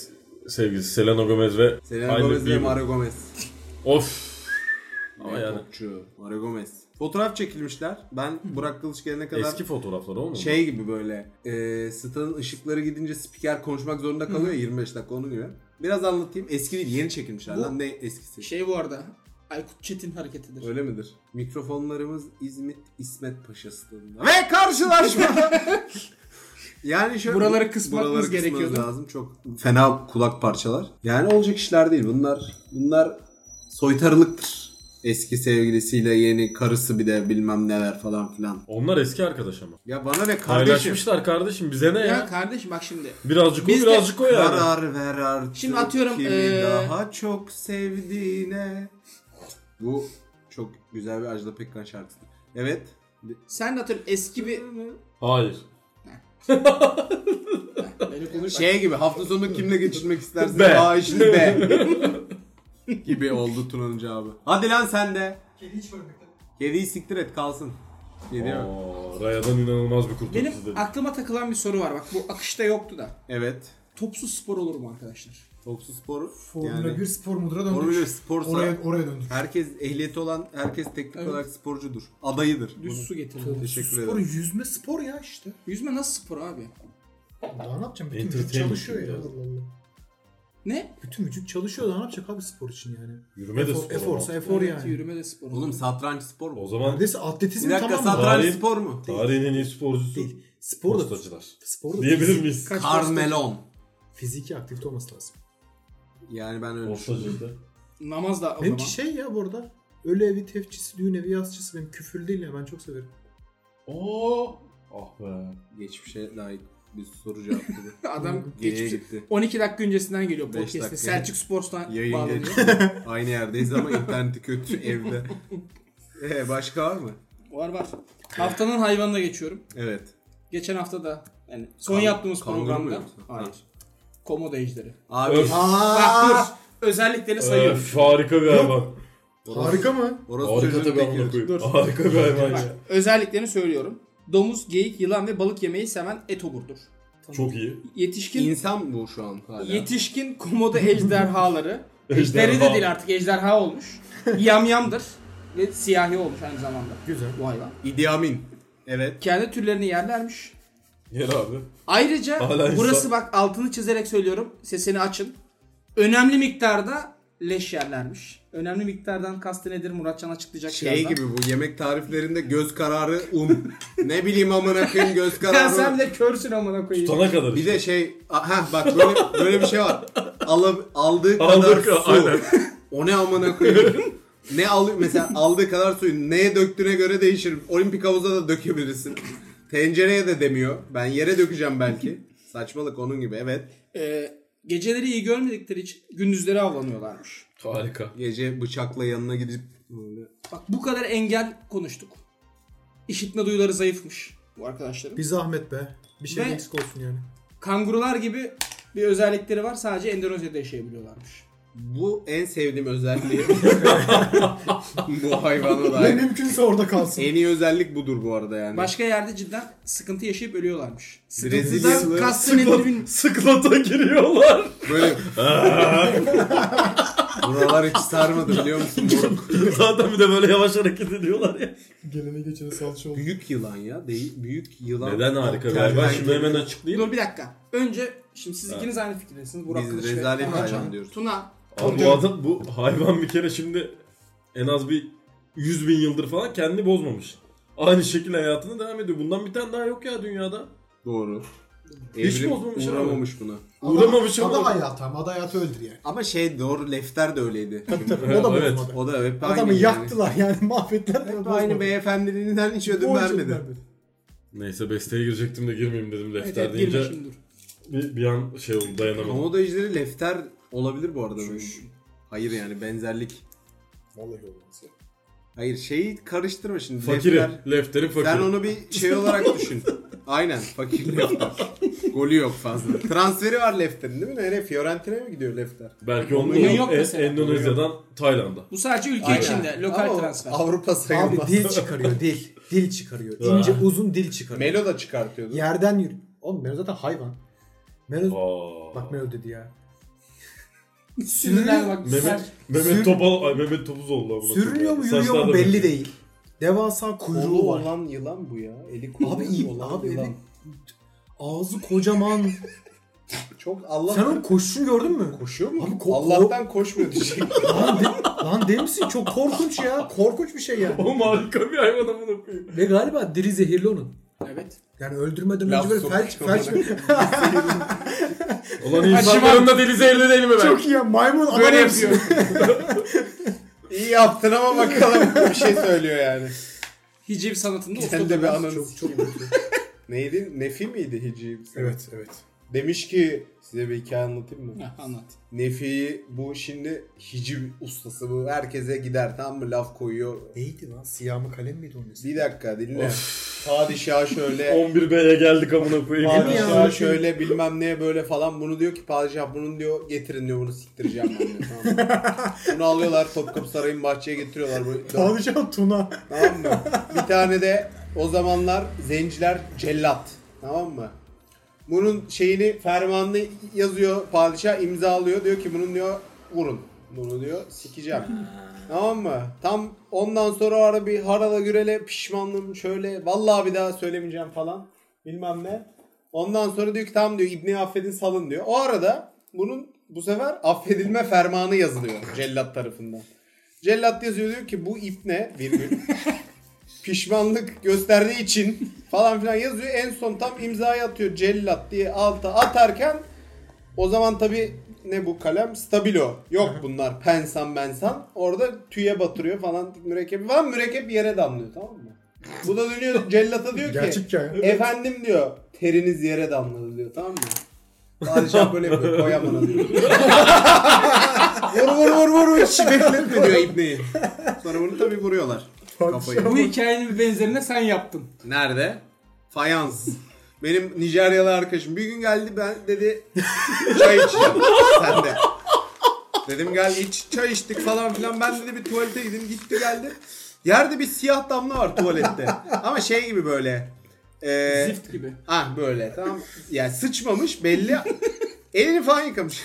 S1: sevgilisi Selena Gomez ve
S4: Selena
S1: Hailey
S4: Gomez ve
S1: Bieber.
S4: Mario Gomez.
S1: Of. Ama
S4: Ne
S1: yani
S4: Topçu. Mario Gomez. Fotoğraf çekilmişler. Ben Burak Kılıç gelene kadar
S1: eski fotoğraflar olmuyor mu?
S4: şey gibi böyle e, stadın ışıkları gidince spiker konuşmak zorunda kalıyor ya, 25 dakika onun gibi. Biraz anlatayım. Eski değil yeni çekilmişler
S2: Bu-
S4: lan ne eskisi.
S2: Şey bu arada Aykut Çetin hareketidir.
S4: Öyle midir? Mikrofonlarımız İzmit İsmet Paşa stadında. Ve karşılaşma. yani şöyle
S2: Buraları kısmak biz
S4: buraları kısmanız
S2: gerekiyordu.
S4: lazım. Çok fena kulak parçalar. Yani olacak işler değil. Bunlar bunlar soytarılıktır. Eski sevgilisiyle yeni karısı bir de bilmem neler falan filan.
S1: Onlar eski arkadaş ama.
S4: Ya bana ne kardeşim?
S1: Paylaşmışlar kardeşim bize ne ya?
S2: Ya kardeşim bak şimdi.
S1: Birazcık o
S2: Biz de-
S1: birazcık o yani.
S4: Karar ver artık
S2: Şimdi atıyorum,
S4: kimi
S2: eee,
S4: daha çok sevdiğine. Bu Çok güzel bir Ajda Pekkan şarkısı. Evet.
S2: Sen de hatırlıyor eski bir...
S1: Hayır.
S2: Beni konuş.
S4: Şey gibi hafta sonu kimle geçirmek istersin?
S1: Be.
S4: Aa işini be. gibi oldu Tuna'nın cevabı. Hadi lan sen de.
S3: Kedi hiç görmedim.
S4: Kediyi siktir et kalsın. Kedi mi?
S1: Aa, Raya'dan inanılmaz bir kurtuluş
S2: Benim
S1: izledim.
S2: aklıma takılan bir soru var bak bu akışta yoktu da.
S4: Evet.
S2: Topsuz spor olur mu arkadaşlar?
S4: Toksu sporu.
S3: Formula
S4: yani
S3: 1 spor mudura döndük.
S4: Formula bir sporsa
S3: Oraya, oraya döndük.
S4: herkes ehliyeti olan herkes teknik
S2: Evet.
S4: olarak sporcudur. Adayıdır.
S2: Düz su getirelim.
S4: Teşekkür
S3: spor
S4: ederim.
S3: yüzme spor ya işte.
S2: Yüzme nasıl spor abi?
S3: Daha ne yapacağım? Bütün vücut
S1: Entertainment
S3: çalışıyor ya.
S1: ya.
S3: Allah Allah.
S2: Ne?
S3: Bütün vücut çalışıyor. Daha ne yapacak abi spor için yani?
S1: Yürüme de
S3: Efor-
S1: spor.
S3: Eforsa
S1: ama.
S3: efor
S2: Evet,
S3: yani.
S2: Yürüme de spor.
S4: Oğlum satranç spor mu?
S1: O zaman
S3: Neredeyse
S4: Bir
S3: atletizm
S4: dakika
S3: tamam mı?
S1: satranç-
S4: satranç
S1: Tarih-
S4: spor mu?
S1: tarihin en iyi sporcusu.
S3: Değil. Spor da
S1: Postacılar.
S3: spor da
S1: Diyebilir
S3: fizik-
S1: miyiz?
S2: Kaç pasta-
S4: Carmelon.
S3: Fiziki aktivite olması lazım.
S4: Yani ben öyle düşünüyorum.
S1: Postacılar.
S2: Namaz da o
S3: Benimki
S2: zaman.
S3: şey ya bu arada. Ölü evi tefçisi, düğün evi yazçısı benim küfür değil ya ben çok severim.
S1: Oo. Ah be.
S4: Geçmişe layık bir soru cevap gibi.
S2: Adam
S4: Geriye
S2: geçmiş.
S4: gitti.
S2: 12 dakika öncesinden geliyor
S4: Beş
S2: podcast'te.
S4: dakika.
S2: Selçuk Sports'tan
S4: Yayın
S2: bağlanıyor.
S4: geçti. Aynı yerdeyiz ama interneti kötü evde. Ee, başka var mı?
S2: Var var. Haftanın hayvanına geçiyorum.
S4: Evet.
S2: Geçen hafta da yani son
S4: Kan-
S2: yaptığımız
S4: kanguru mu
S2: programda.
S4: yoksa? Ha.
S2: Hayır. Komodo ejderi.
S4: Abi
S1: Öf.
S2: Bak dur. Özellikleri sayıyorum.
S1: Öf, harika bir hayvan.
S4: orası-
S3: Harika mı?
S4: Orası
S1: Harika
S4: çocuğun
S1: tabii amına
S4: tekidir.
S1: koyayım.
S2: Dur.
S1: Harika bir hayvan
S2: Bak,
S1: ya.
S2: özelliklerini söylüyorum. Domuz, geyik, yılan ve balık yemeyi seven etoburdur.
S1: Çok iyi.
S2: Yetişkin
S4: İnsan bu şu an hala.
S2: yetişkin komodo ejderhaları.
S1: Ejderha.
S2: Ejderi de değil artık ejderha olmuş. Yamyamdır ve siyahi olmuş aynı zamanda.
S3: Güzel.
S2: Bu hayvan.
S4: İdi Amin. Evet.
S2: Kendi türlerini yerlermiş.
S1: Yer abi.
S2: Ayrıca
S1: Hala insan.
S2: burası bak altını çizerek söylüyorum. Sesini açın. Önemli miktarda leş yerlermiş. Önemli miktardan kastı nedir Muratcan açıklayacak
S4: Şey
S2: birazdan.
S4: gibi bu yemek tariflerinde göz kararı un. ne bileyim amına koyayım göz
S2: Ya
S4: kararı
S2: sen
S4: un.
S2: de körsün amına koyayım.
S1: Tutana kadar
S4: Bir
S1: işte.
S4: de şey ha bak böyle böyle bir şey var. Alıp aldığı kadar
S1: Aldık,
S4: su.
S1: aynen.
S4: O ne amına koyayım? ne alıyor mesela aldığı kadar suyu neye döktüğüne göre değişir. Olimpik havuza da dökebilirsin. Tencereye de demiyor. Ben yere dökeceğim belki. Saçmalık onun gibi evet.
S2: Ee, geceleri iyi görmedikleri için gündüzleri avlanıyorlarmış.
S1: Harika.
S4: Gece bıçakla yanına gidip böyle
S2: Bak bu kadar engel konuştuk. İşitme duyuları zayıfmış bu arkadaşlarım.
S3: Bir zahmet be. Bir şey
S2: Ve-
S3: eksik olsun yani.
S2: Kangurular gibi bir özellikleri var. Sadece Endonezya'da yaşayabiliyorlarmış.
S4: Bu en sevdiğim özelliği. bu hayvana
S3: Ne
S4: dair.
S3: mümkünse orada kalsın.
S4: En iyi özellik budur bu arada yani.
S2: Başka yerde cidden sıkıntı yaşayıp ölüyorlarmış. Sıkıntıdan
S4: Brezilyalı-
S2: kastı nedir bilmiyorum.
S1: Sıklata giriyorlar.
S4: Böyle buralar hiç sarmadı biliyor musun moruk?
S1: Zaten bir de böyle yavaş hareket ediyorlar ya.
S3: Gelene geçene salça oldu.
S4: Büyük yılan ya. Değil, büyük yılan.
S1: Neden harika bir
S4: Kertenkele.
S1: hayvan? Şimdi hemen açıklayayım.
S2: Dur bir dakika. Önce şimdi siz ikiniz aynı fikirdesiniz. Burak
S4: Biz
S2: Kılıç
S4: rezalet
S2: ve
S4: hayvan
S2: Can.
S4: diyoruz.
S2: Tuna.
S1: Abi bu adam bu hayvan bir kere şimdi en az bir 100 bin yıldır falan kendini bozmamış. Aynı şekilde hayatını devam ediyor. Bundan bir tane daha yok ya dünyada.
S4: Doğru.
S1: Hiç
S4: Evrim
S1: bozmamış abi.
S4: uğramamış buna.
S1: Uğramamış
S3: ama. Ada
S1: ama.
S3: hayatı ama ada hayatı öldür yani.
S4: Ama şey doğru Lefter de öyleydi.
S3: O da
S1: Evet.
S3: bozmadı.
S4: o da hep aynı.
S3: Adamı
S4: yani.
S3: yaktılar yani mahvettiler. ama
S4: Hep
S3: bozmadı.
S4: aynı beyefendiliğinden hiç ödün
S3: Borç
S4: vermedi.
S3: vermedi.
S1: Neyse besteye girecektim de girmeyeyim dedim
S2: Evet,
S1: defter
S2: evet, girme
S1: deyince.
S2: şimdi dur.
S1: Bir, bir an şey oldu dayanamadım.
S4: Komodo ejderi Lefter olabilir bu arada. böyle. Hayır yani benzerlik.
S3: Vallahi olmaz ya.
S4: Hayır şeyi karıştırma şimdi.
S1: Fakiri.
S4: Lefter-
S1: Lefterin fakiri.
S4: Sen onu bir şey olarak düşün. Aynen fakir Lefter. Golü yok fazla. Transferi var Lefter'in değil mi? Nereye? Fiorentina'ya mı gidiyor Lefter?
S1: Belki
S2: Onun
S1: onun
S2: yok
S1: yok
S2: mesela.
S1: Endonezya'dan Tayland'a.
S2: Bu sadece ülke
S4: Aynen.
S2: içinde lokal
S4: Ama o
S2: transfer.
S4: Avrupa
S3: Abi
S4: sayılmaz.
S3: dil çıkarıyor dil. Dil çıkarıyor. İnce uzun dil çıkarıyor.
S4: Melo da çıkartıyordu.
S3: Yerden yürü. Oğlum Melo zaten hayvan. Melo...
S1: Aa.
S3: Bak Melo dedi ya.
S2: Sinirler bak.
S1: Mehmet,
S3: Sür-
S1: Mehmet Topal, ay Mehmet Topuzoğlu. amına
S3: Sürünüyor
S1: koyayım.
S3: mu yürüyor
S1: Saçlar da
S3: mu
S1: şey.
S3: belli değil. Devasa kuyruğu
S4: Kolu
S3: var.
S4: olan yılan bu ya. Eli kolu
S3: Abi iyi
S4: olan
S3: abi
S4: yılan.
S3: evet. Ağzı kocaman.
S4: Çok Allah
S3: Sen onun koşuşunu gördün mü?
S4: koşuyor mu?
S3: Abi ko-
S4: Allah'tan koşmuyor diyecek.
S3: lan, de, lan değil misin? Çok korkunç ya. Korkunç bir şey yani.
S1: Oğlum harika bir hayvan amına koyayım.
S3: Ve galiba diri zehirli onun.
S2: Evet.
S3: Yani öldürmeden
S4: Laf
S3: önce böyle
S4: sokmuş
S3: felç felç.
S1: Ulan insanların da deli zehirli değil mi ben?
S3: Çok iyi ya maymun adam
S4: Böyle
S3: hepsi.
S4: yapıyor. İyi yaptın ama bakalım bir şey söylüyor yani.
S2: Hiciv sanatında
S4: Sen de
S2: usta.
S4: bir ananı
S3: Çok çok
S4: Neydi? Nefi miydi hiciv?
S3: Evet evet.
S4: Demiş ki size bir hikaye anlatayım mı?
S2: Heh, Anlat.
S4: Nefi'yi bu şimdi hiciv ustası bu. Herkese gider tamam mı laf koyuyor.
S3: Neydi lan? Siyah mı kalem miydi onun ismi?
S4: Bir dakika dinle. Padişah şöyle
S1: 11B'ye geldik amına koyayım.
S3: Abi ya.
S4: Padişah şöyle bilmem neye böyle falan bunu diyor ki padişah bunun diyor getirin diyor bunu siktireceğim ben diyor. Tamam. mı? bunu alıyorlar Topkapı Sarayı'nın bahçeye getiriyorlar. Böyle,
S3: Padişah Tuna.
S4: tamam mı? Bir tane de o zamanlar zenciler cellat. Tamam mı? Bunun şeyini fermanını yazıyor padişah imzalıyor diyor ki bunun diyor vurun. Bunu diyor sikeceğim. tamam mı? Tam ondan sonra o ara bir harala gürele pişmanlığım şöyle vallahi bir daha söylemeyeceğim falan bilmem ne. Ondan sonra diyor ki tamam diyor İbni affedin salın diyor. O arada bunun bu sefer affedilme fermanı yazılıyor cellat tarafından. Cellat yazıyor diyor ki bu İbne virgül pişmanlık gösterdiği için falan filan yazıyor. En son tam imzayı atıyor cellat diye alta atarken o zaman tabi ne bu kalem? Stabilo. Yok bunlar pensan bensan. Orada tüye batırıyor falan mürekkebi falan mürekkep yere damlıyor tamam mı? Bu da dönüyor cellata diyor ki
S3: Gerçek hikaye.
S4: efendim diyor teriniz yere damladı diyor tamam mı? Padişah böyle yapıyor koyamana diyor. vur vur vur vur hiç bekletme diyor ibneyi. Sonra bunu tabi vuruyorlar kafayı.
S2: Bu hikayenin bir benzerini sen yaptın.
S4: Nerede? Fayans. Benim Nijeryalı arkadaşım bir gün geldi ben dedi çay içeceğim sen de. Dedim gel iç çay içtik falan filan ben dedi bir tuvalete gideyim gitti geldi. Yerde bir siyah damla var tuvalette. Ama şey gibi böyle. E,
S2: Zift gibi.
S4: Ah böyle tamam. Yani sıçmamış belli. Elini falan yıkamış.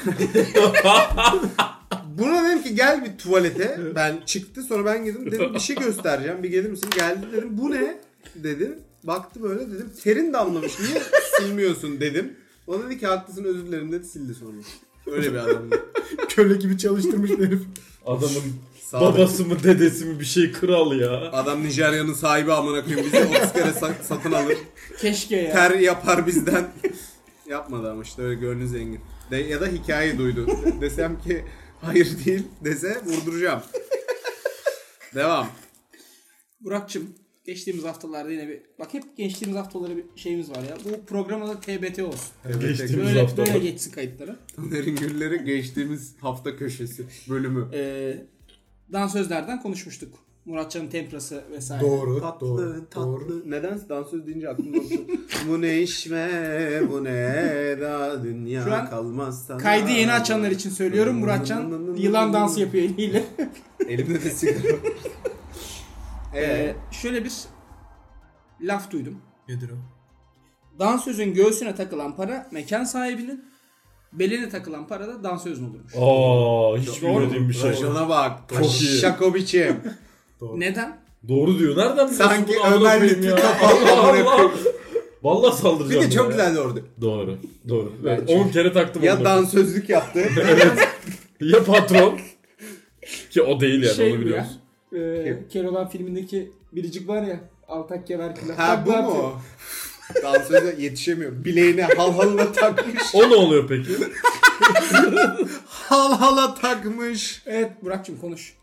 S4: Buna dedim ki gel bir tuvalete. Ben çıktı sonra ben girdim. Dedim bir şey göstereceğim. Bir gelir misin? Geldi dedim. Bu ne? Dedim. Baktı böyle dedim. Terin damlamış. Niye silmiyorsun dedim. O dedi ki haklısın özür dilerim dedi sildi sonra. Öyle bir adamdı.
S3: Köle gibi çalıştırmış bir herif.
S1: Adamın
S4: Sağ ol.
S1: babası mı dedesi mi bir şey kral ya.
S4: Adam Nijerya'nın sahibi amına koyayım bizi 30 kere sa- satın alır.
S2: Keşke ya.
S4: Ter yapar bizden. Yapmadı ama işte öyle gönlü zengin. De, ya da hikaye duydu. Desem ki hayır değil dese vurduracağım. Devam.
S2: Burak'cığım geçtiğimiz haftalarda yine bir bak hep geçtiğimiz haftalara bir şeyimiz var ya. Bu programa da TBT olsun.
S1: Geçtiğimiz
S2: Böyle
S1: haftalar.
S2: böyle geçsin kayıtları.
S4: Taner'in gülleri geçtiğimiz hafta köşesi bölümü.
S2: Ee, dansözlerden konuşmuştuk. Muratcan'ın temprası vesaire.
S3: Doğru.
S4: Tatlı
S3: doğru,
S4: tatlı.
S3: Doğru.
S4: Neden dansöz deyince aklımda oldu. bu ne işme bu ne da dünya
S2: Şu an
S4: kalmaz sana.
S2: Kaydı yeni açanlar için söylüyorum. Muratcan yılan dansı yapıyor eliyle.
S4: Elimde de sigara. var.
S2: Ee,
S4: Ee,
S2: şöyle bir laf duydum.
S3: Nedir o?
S2: Dansözün göğsüne takılan para mekan sahibinin, beline takılan para da dansözün olurmuş.
S1: Aa hiç bilmediğim bir şey.
S4: Rajona bak.
S1: Çok iyi.
S4: Şakobiçim.
S2: Neden?
S1: Doğru diyor. Nereden biliyorsun
S4: Sanki
S1: bunu amına
S4: Ömer
S1: koyayım
S4: Lütfü
S1: ya?
S4: kapalı
S1: Allah
S4: amına
S1: Allah. Vallahi
S4: Bir
S1: saldıracağım.
S4: de çok
S1: ya.
S4: güzel ordu.
S1: Doğru. Doğru. 10 kere taktım
S4: Ya
S1: onu.
S4: dansözlük yaptı.
S1: Ya patron. Ki o değil yani
S4: Şey
S1: onu
S2: bu
S1: biliyoruz.
S2: Şey ya. E, Keloğlan filmindeki biricik var ya. Altak kemer kılar.
S4: ha bu mu? Dansöze yetişemiyor. Bileğine halhalına takmış.
S1: O ne oluyor peki?
S4: Halhala takmış.
S2: Evet Burak'cığım konuş.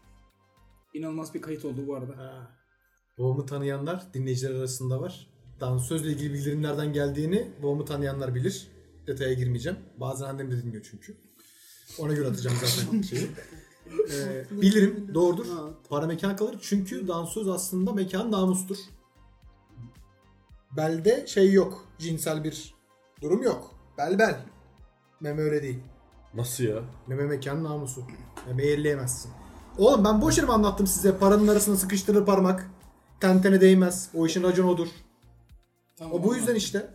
S2: İnanılmaz bir kayıt oldu bu arada.
S3: Babamı tanıyanlar dinleyiciler arasında var. Dansözle ilgili bildirim nereden geldiğini babamı tanıyanlar bilir. Detaya girmeyeceğim. Bazen annem de dinliyor çünkü. Ona göre atacağım zaten şeyi. Ee, bilirim doğrudur. Para mekan kalır. Çünkü dansöz aslında mekan namustur. Belde şey yok. Cinsel bir durum yok. Bel bel. Meme öyle değil.
S1: Nasıl ya?
S3: Meme mekanın namusu. Memeyi elleyemezsin. Oğlum ben boş yere mi anlattım size? Paranın arasına sıkıştırır parmak. Tentene değmez. O işin raconu odur.
S2: Tamam.
S3: O bu yüzden işte.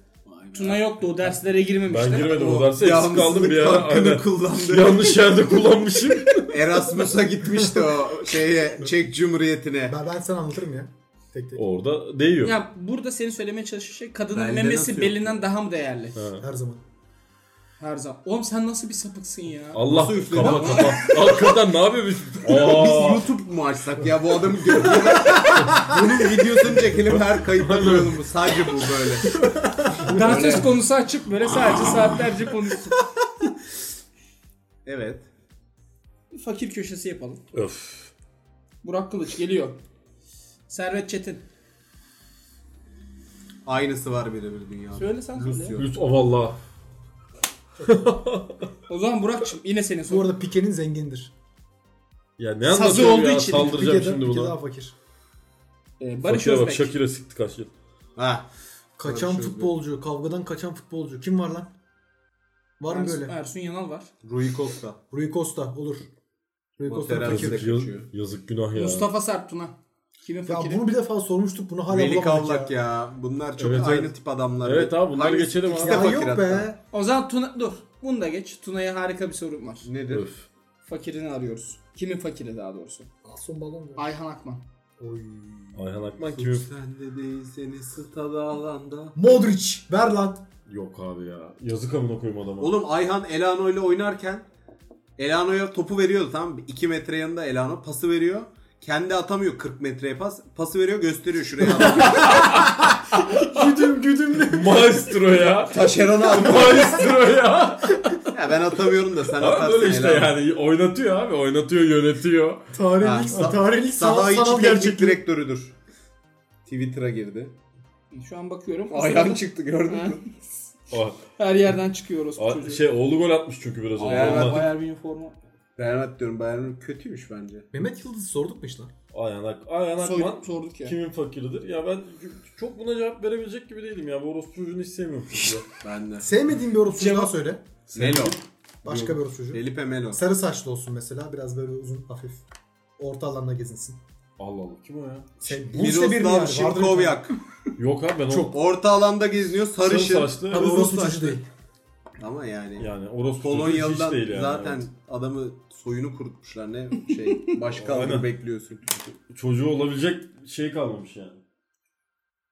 S2: Tuna yoktu o derslere girmemişti.
S1: Ben girmedim o derse eksik kaldım bir ara. Aynen.
S4: hakkını kullandı.
S1: Yanlış yerde kullanmışım.
S4: Erasmus'a gitmişti o şeye Çek Cumhuriyeti'ne.
S3: Ben, ben sana anlatırım ya. Tek tek.
S1: Orada değiyor.
S2: Ya burada senin söylemeye çalıştığın şey kadının
S4: Belden
S2: memesi
S4: atıyor.
S2: belinden daha mı değerli?
S3: Her zaman.
S2: Her zaman. Oğlum sen nasıl bir sapıksın ya?
S1: Allah
S4: Nasıl üfledi
S1: kapa
S4: ama?
S1: kapa. Hakikaten ne yapıyor biz?
S4: Biz
S1: Aa,
S4: YouTube mu açsak ya bu adamı görüyoruz. Bunun videosunu çekelim her kayıtta koyalım bu. Sadece bu böyle.
S2: Dansöz konusu açık böyle sadece saatlerce konuşsun.
S4: Evet.
S2: Bir Fakir köşesi yapalım.
S1: Öf.
S2: Burak Kılıç geliyor. Servet Çetin.
S4: Aynısı var birebir dünyada.
S2: Söyle sen söyle.
S1: oh
S4: Rusya.
S1: Lüt o valla.
S2: O zaman Burak'cığım yine senin sorun.
S3: Bu arada Pike'nin zengindir.
S1: Ya ne
S2: Sazı
S1: anlatıyor
S2: olduğu
S1: ya
S2: için.
S1: saldıracağım
S3: Pike, de-
S1: şimdi
S3: Pike
S1: buna.
S3: daha fakir.
S2: Ee, Barış
S1: Fakire bak
S2: Özbek.
S1: Şakir'e sikti kaç yıl.
S4: Ha.
S3: Kaçan
S4: Barış Özbek.
S3: futbolcu, kavgadan kaçan futbolcu. Kim var lan? Var mı
S2: Ersun-
S3: böyle?
S2: Ersun Yanal var.
S4: Rui Costa.
S3: Rui Costa olur. Rui Costa
S4: Materazzi.
S3: fakir.
S1: Yazık,
S4: Fakire
S1: yaz-
S4: kaçıyor.
S1: yazık günah ya.
S2: Mustafa Sertuna. Kimin
S3: Ya
S2: fakiri?
S3: bunu bir defa sormuştuk bunu hala
S4: Melik
S3: bulamadık
S4: Avlak ya. Bunlar çok
S1: Evet, evet.
S4: aynı tip adamlar.
S1: Evet abi bunları
S4: Hangisi-
S1: geçelim
S4: ikisi
S1: abi.
S4: de
S3: Ya
S4: fakir
S3: yok
S4: hatta.
S3: be.
S2: O zaman Tuna dur. Bunu da geç. Tuna'ya harika bir sorum var.
S4: Nedir?
S1: Öf.
S2: Fakirini arıyoruz. Kimin fakiri daha doğrusu?
S3: Aslan balon mu?
S2: Ayhan Akman.
S3: Oy.
S1: Ayhan Akman
S4: Suç
S1: kimi?
S4: sende değil seni stada alanda.
S3: Modric ver lan.
S1: Yok abi ya. Yazık amına koyayım adama.
S4: Oğlum Ayhan Elano ile oynarken Elano'ya topu veriyordu tamam mı? 2 metre yanında Elano pası veriyor. Kendi atamıyor 40 metreye pas. Pası veriyor gösteriyor şuraya. atıyor.
S3: güdüm güdüm.
S1: Maestro ya.
S4: Taşeron'u alıyor.
S1: Maestro ya.
S4: Ya ben atamıyorum da sen
S1: Abi
S4: atarsın
S1: böyle işte
S4: Elano.
S1: yani oynatıyor abi. Oynatıyor, yönetiyor.
S3: Tarihin
S4: Ha,
S3: ilk,
S4: sa-
S3: tarihin ilk sanal,
S4: Saha içi
S3: sanal
S4: teknik
S3: gerçekliği.
S4: direktörüdür. Twitter'a girdi.
S2: Şu an bakıyorum.
S4: Ayhan çıktı gördün
S2: Ha,
S4: mü?
S1: Ah,
S2: Her yerden çıkıyoruz bu
S1: ah,
S2: çocuğu.
S1: şey oğlu gol atmış çünkü biraz önce.
S4: Ayhan
S1: Ondan-
S4: Akman.
S2: Bayer bir üniforma.
S4: Real Madrid diyorum Bayern Münih kötüymüş bence.
S3: Mehmet Yıldız sorduk mu işte?
S1: Ayhan Ak- Ayhan Akman
S2: Soy, sorduk ya.
S1: kimin fakiridir? Ya ben çok buna cevap verebilecek gibi değilim ya. Bu orospu çocuğunu hiç sevmiyorum. çünkü.
S4: Ben de.
S3: Sevmediğin bir orospu
S2: Cevap-
S3: daha söyle.
S4: Melo.
S3: Başka bir orospu.
S4: Felipe Melo.
S3: Sarı saçlı olsun mesela. Biraz böyle uzun hafif. Orta alanda gezinsin. Şey,
S1: Allah Allah kim o ya?
S3: Sen, Bursa bir
S4: Miroslav
S3: yani. Vardır bir tane.
S4: Şivkovyak.
S1: Yok abi ben çok
S4: Orta alanda geziniyor sarışın.
S1: saçlı.
S3: Tabii orospu
S4: Bursa
S3: çocuğu değil.
S4: Ama yani.
S1: Yani orospu çocuğu hiç
S4: Polonyalı'dan
S1: değil yani.
S4: zaten adamı soyunu kurutmuşlar ne şey başka alır
S1: Aynen.
S4: bekliyorsun.
S1: Çocuğu olabilecek şey kalmamış yani.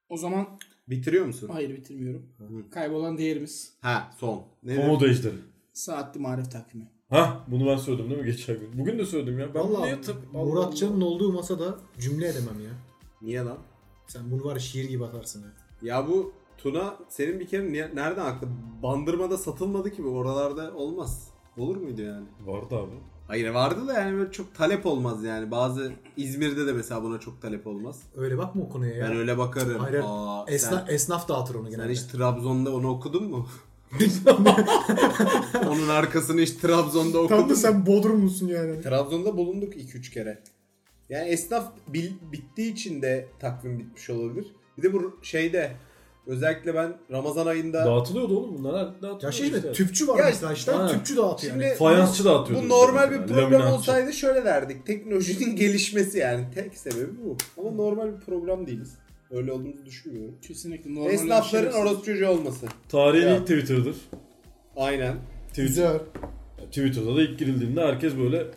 S2: O zaman
S4: Bitiriyor musun?
S2: hayır bitirmiyorum.
S4: Hı.
S2: Kaybolan değerimiz.
S4: Ha son. Ne?
S1: Komodo ejderi.
S2: Saatli marif takvimi.
S1: Hah bunu ben söyledim değil mi geçen gün? Bugün de söyledim ya. Ben bunu niye
S3: Valla
S1: tıp...
S3: Muratcan'ın olduğu masada cümle edemem ya.
S4: Niye lan?
S3: Sen bunu var ya şiir gibi atarsın ya.
S4: Ya bu Tuna senin bir kere niye- nereden aklı? Bandırmada satılmadı ki bu oralarda olmaz. Olur muydu yani?
S1: Vardı abi.
S4: Hayır vardı da yani böyle çok talep olmaz yani. Bazı İzmir'de de mesela buna çok talep olmaz.
S3: Öyle bakma o konuya ya.
S4: Ben öyle bakarım.
S3: Hayır,
S4: Aa,
S3: Esna,
S4: sen,
S3: Esnaf dağıtır onu
S4: sen
S3: genelde.
S4: hiç Trabzon'da onu okudun mu? Onun arkasını hiç Trabzon'da okudun
S3: Tam da
S4: mu?
S3: sen Bodrumlusun yani.
S4: Trabzon'da bulunduk 2-3 kere. Yani esnaf bil- bittiği için de takvim bitmiş olabilir. Bir de bu şeyde özellikle ben Ramazan ayında
S1: Dağıtılıyordu oğlum bunlar. Ha,
S3: Ya
S1: dağıtılıyor
S3: şey işte,
S1: işte.
S3: tüpçü var
S4: Ya
S3: mesela işte.
S1: ha.
S3: Tüpçü dağıtıyor
S4: Şimdi-
S3: yani.
S1: Fayansçı dağıtıyordu.
S4: bu normal bir
S1: Yani
S4: program
S1: laminatçı.
S4: olsaydı şöyle derdik. Teknolojinin gelişmesi yani tek sebebi bu. Ama normal bir program değiliz. Öyle olduğumuzu düşünmüyorum.
S2: Kesinlikle normal. şey.
S4: Esnafların orası çocuğu olması.
S1: Tarihin
S4: Ya.
S1: ilk Twitter'dır.
S4: Aynen.
S1: Twitter,
S3: Güzel.
S1: Twitter'da da ilk girildiğinde herkes böyle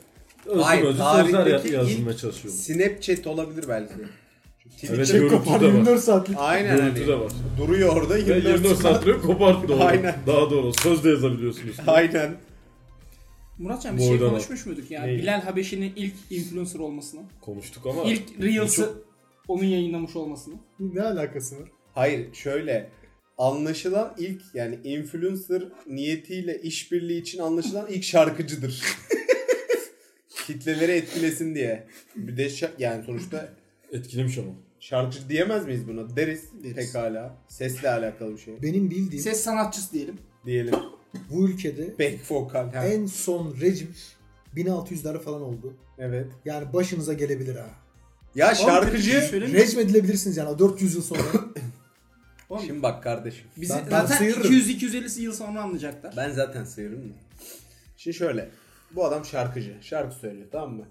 S4: Hayır,
S1: özgün özgün sözler ya-
S4: tarihteki ilk-
S1: yazmaya çalışıyor.
S4: Snapchat olabilir belki. Çünkü
S1: Evet,
S4: Twitch'e-
S3: Çek
S1: Görüntü
S3: kopar
S1: de var.
S3: 24 saatlik.
S4: Aynen
S1: Görüntü de
S4: hani.
S1: var.
S4: Duruyor orada
S1: Ve 24 saat duruyor koparttı onu.
S4: Aynen.
S1: Daha doğru sözde yazabiliyorsunuz.
S4: Aynen.
S2: Muratcan bir şey
S1: Boydan al.
S2: konuşmuş muyduk ya?
S1: Neyi?
S2: Bilal Habeşi'nin ilk influencer olmasını.
S1: Konuştuk ama.
S2: ilk Reels'ı onun yayınlamış olmasını.
S3: Ne alakası var?
S4: Hayır şöyle anlaşılan ilk yani influencer niyetiyle işbirliği için anlaşılan ilk şarkıcıdır. Kitleleri etkilesin diye. Bir de şa- yani sonuçta
S1: etkilemiş ama.
S4: şarkıcı diyemez miyiz buna? Deriz,
S2: Deriz.
S4: pekala. Sesle alakalı bir şey.
S3: Benim bildiğim
S2: Ses sanatçısı diyelim.
S4: Diyelim.
S3: bu ülkede
S4: Back vocal. ha.
S3: en son rejim 1600'ler falan oldu.
S4: Evet.
S3: Yani başınıza gelebilir ha.
S4: Ya
S2: Oğlum,
S4: şarkıcı.
S2: söylemiyor.
S3: Rejim edilebilirsiniz yani o 400 yıl sonra.
S2: Oğlum,
S4: Şimdi bak kardeşim.
S2: bizi
S3: ben- ben
S2: zaten
S3: sıyırırım.
S2: 200-250 yıl sonra anlayacaklar.
S4: Ben zaten seviyorum da. Şimdi şöyle. Bu adam şarkıcı. Şarkı söylüyor tamam mı?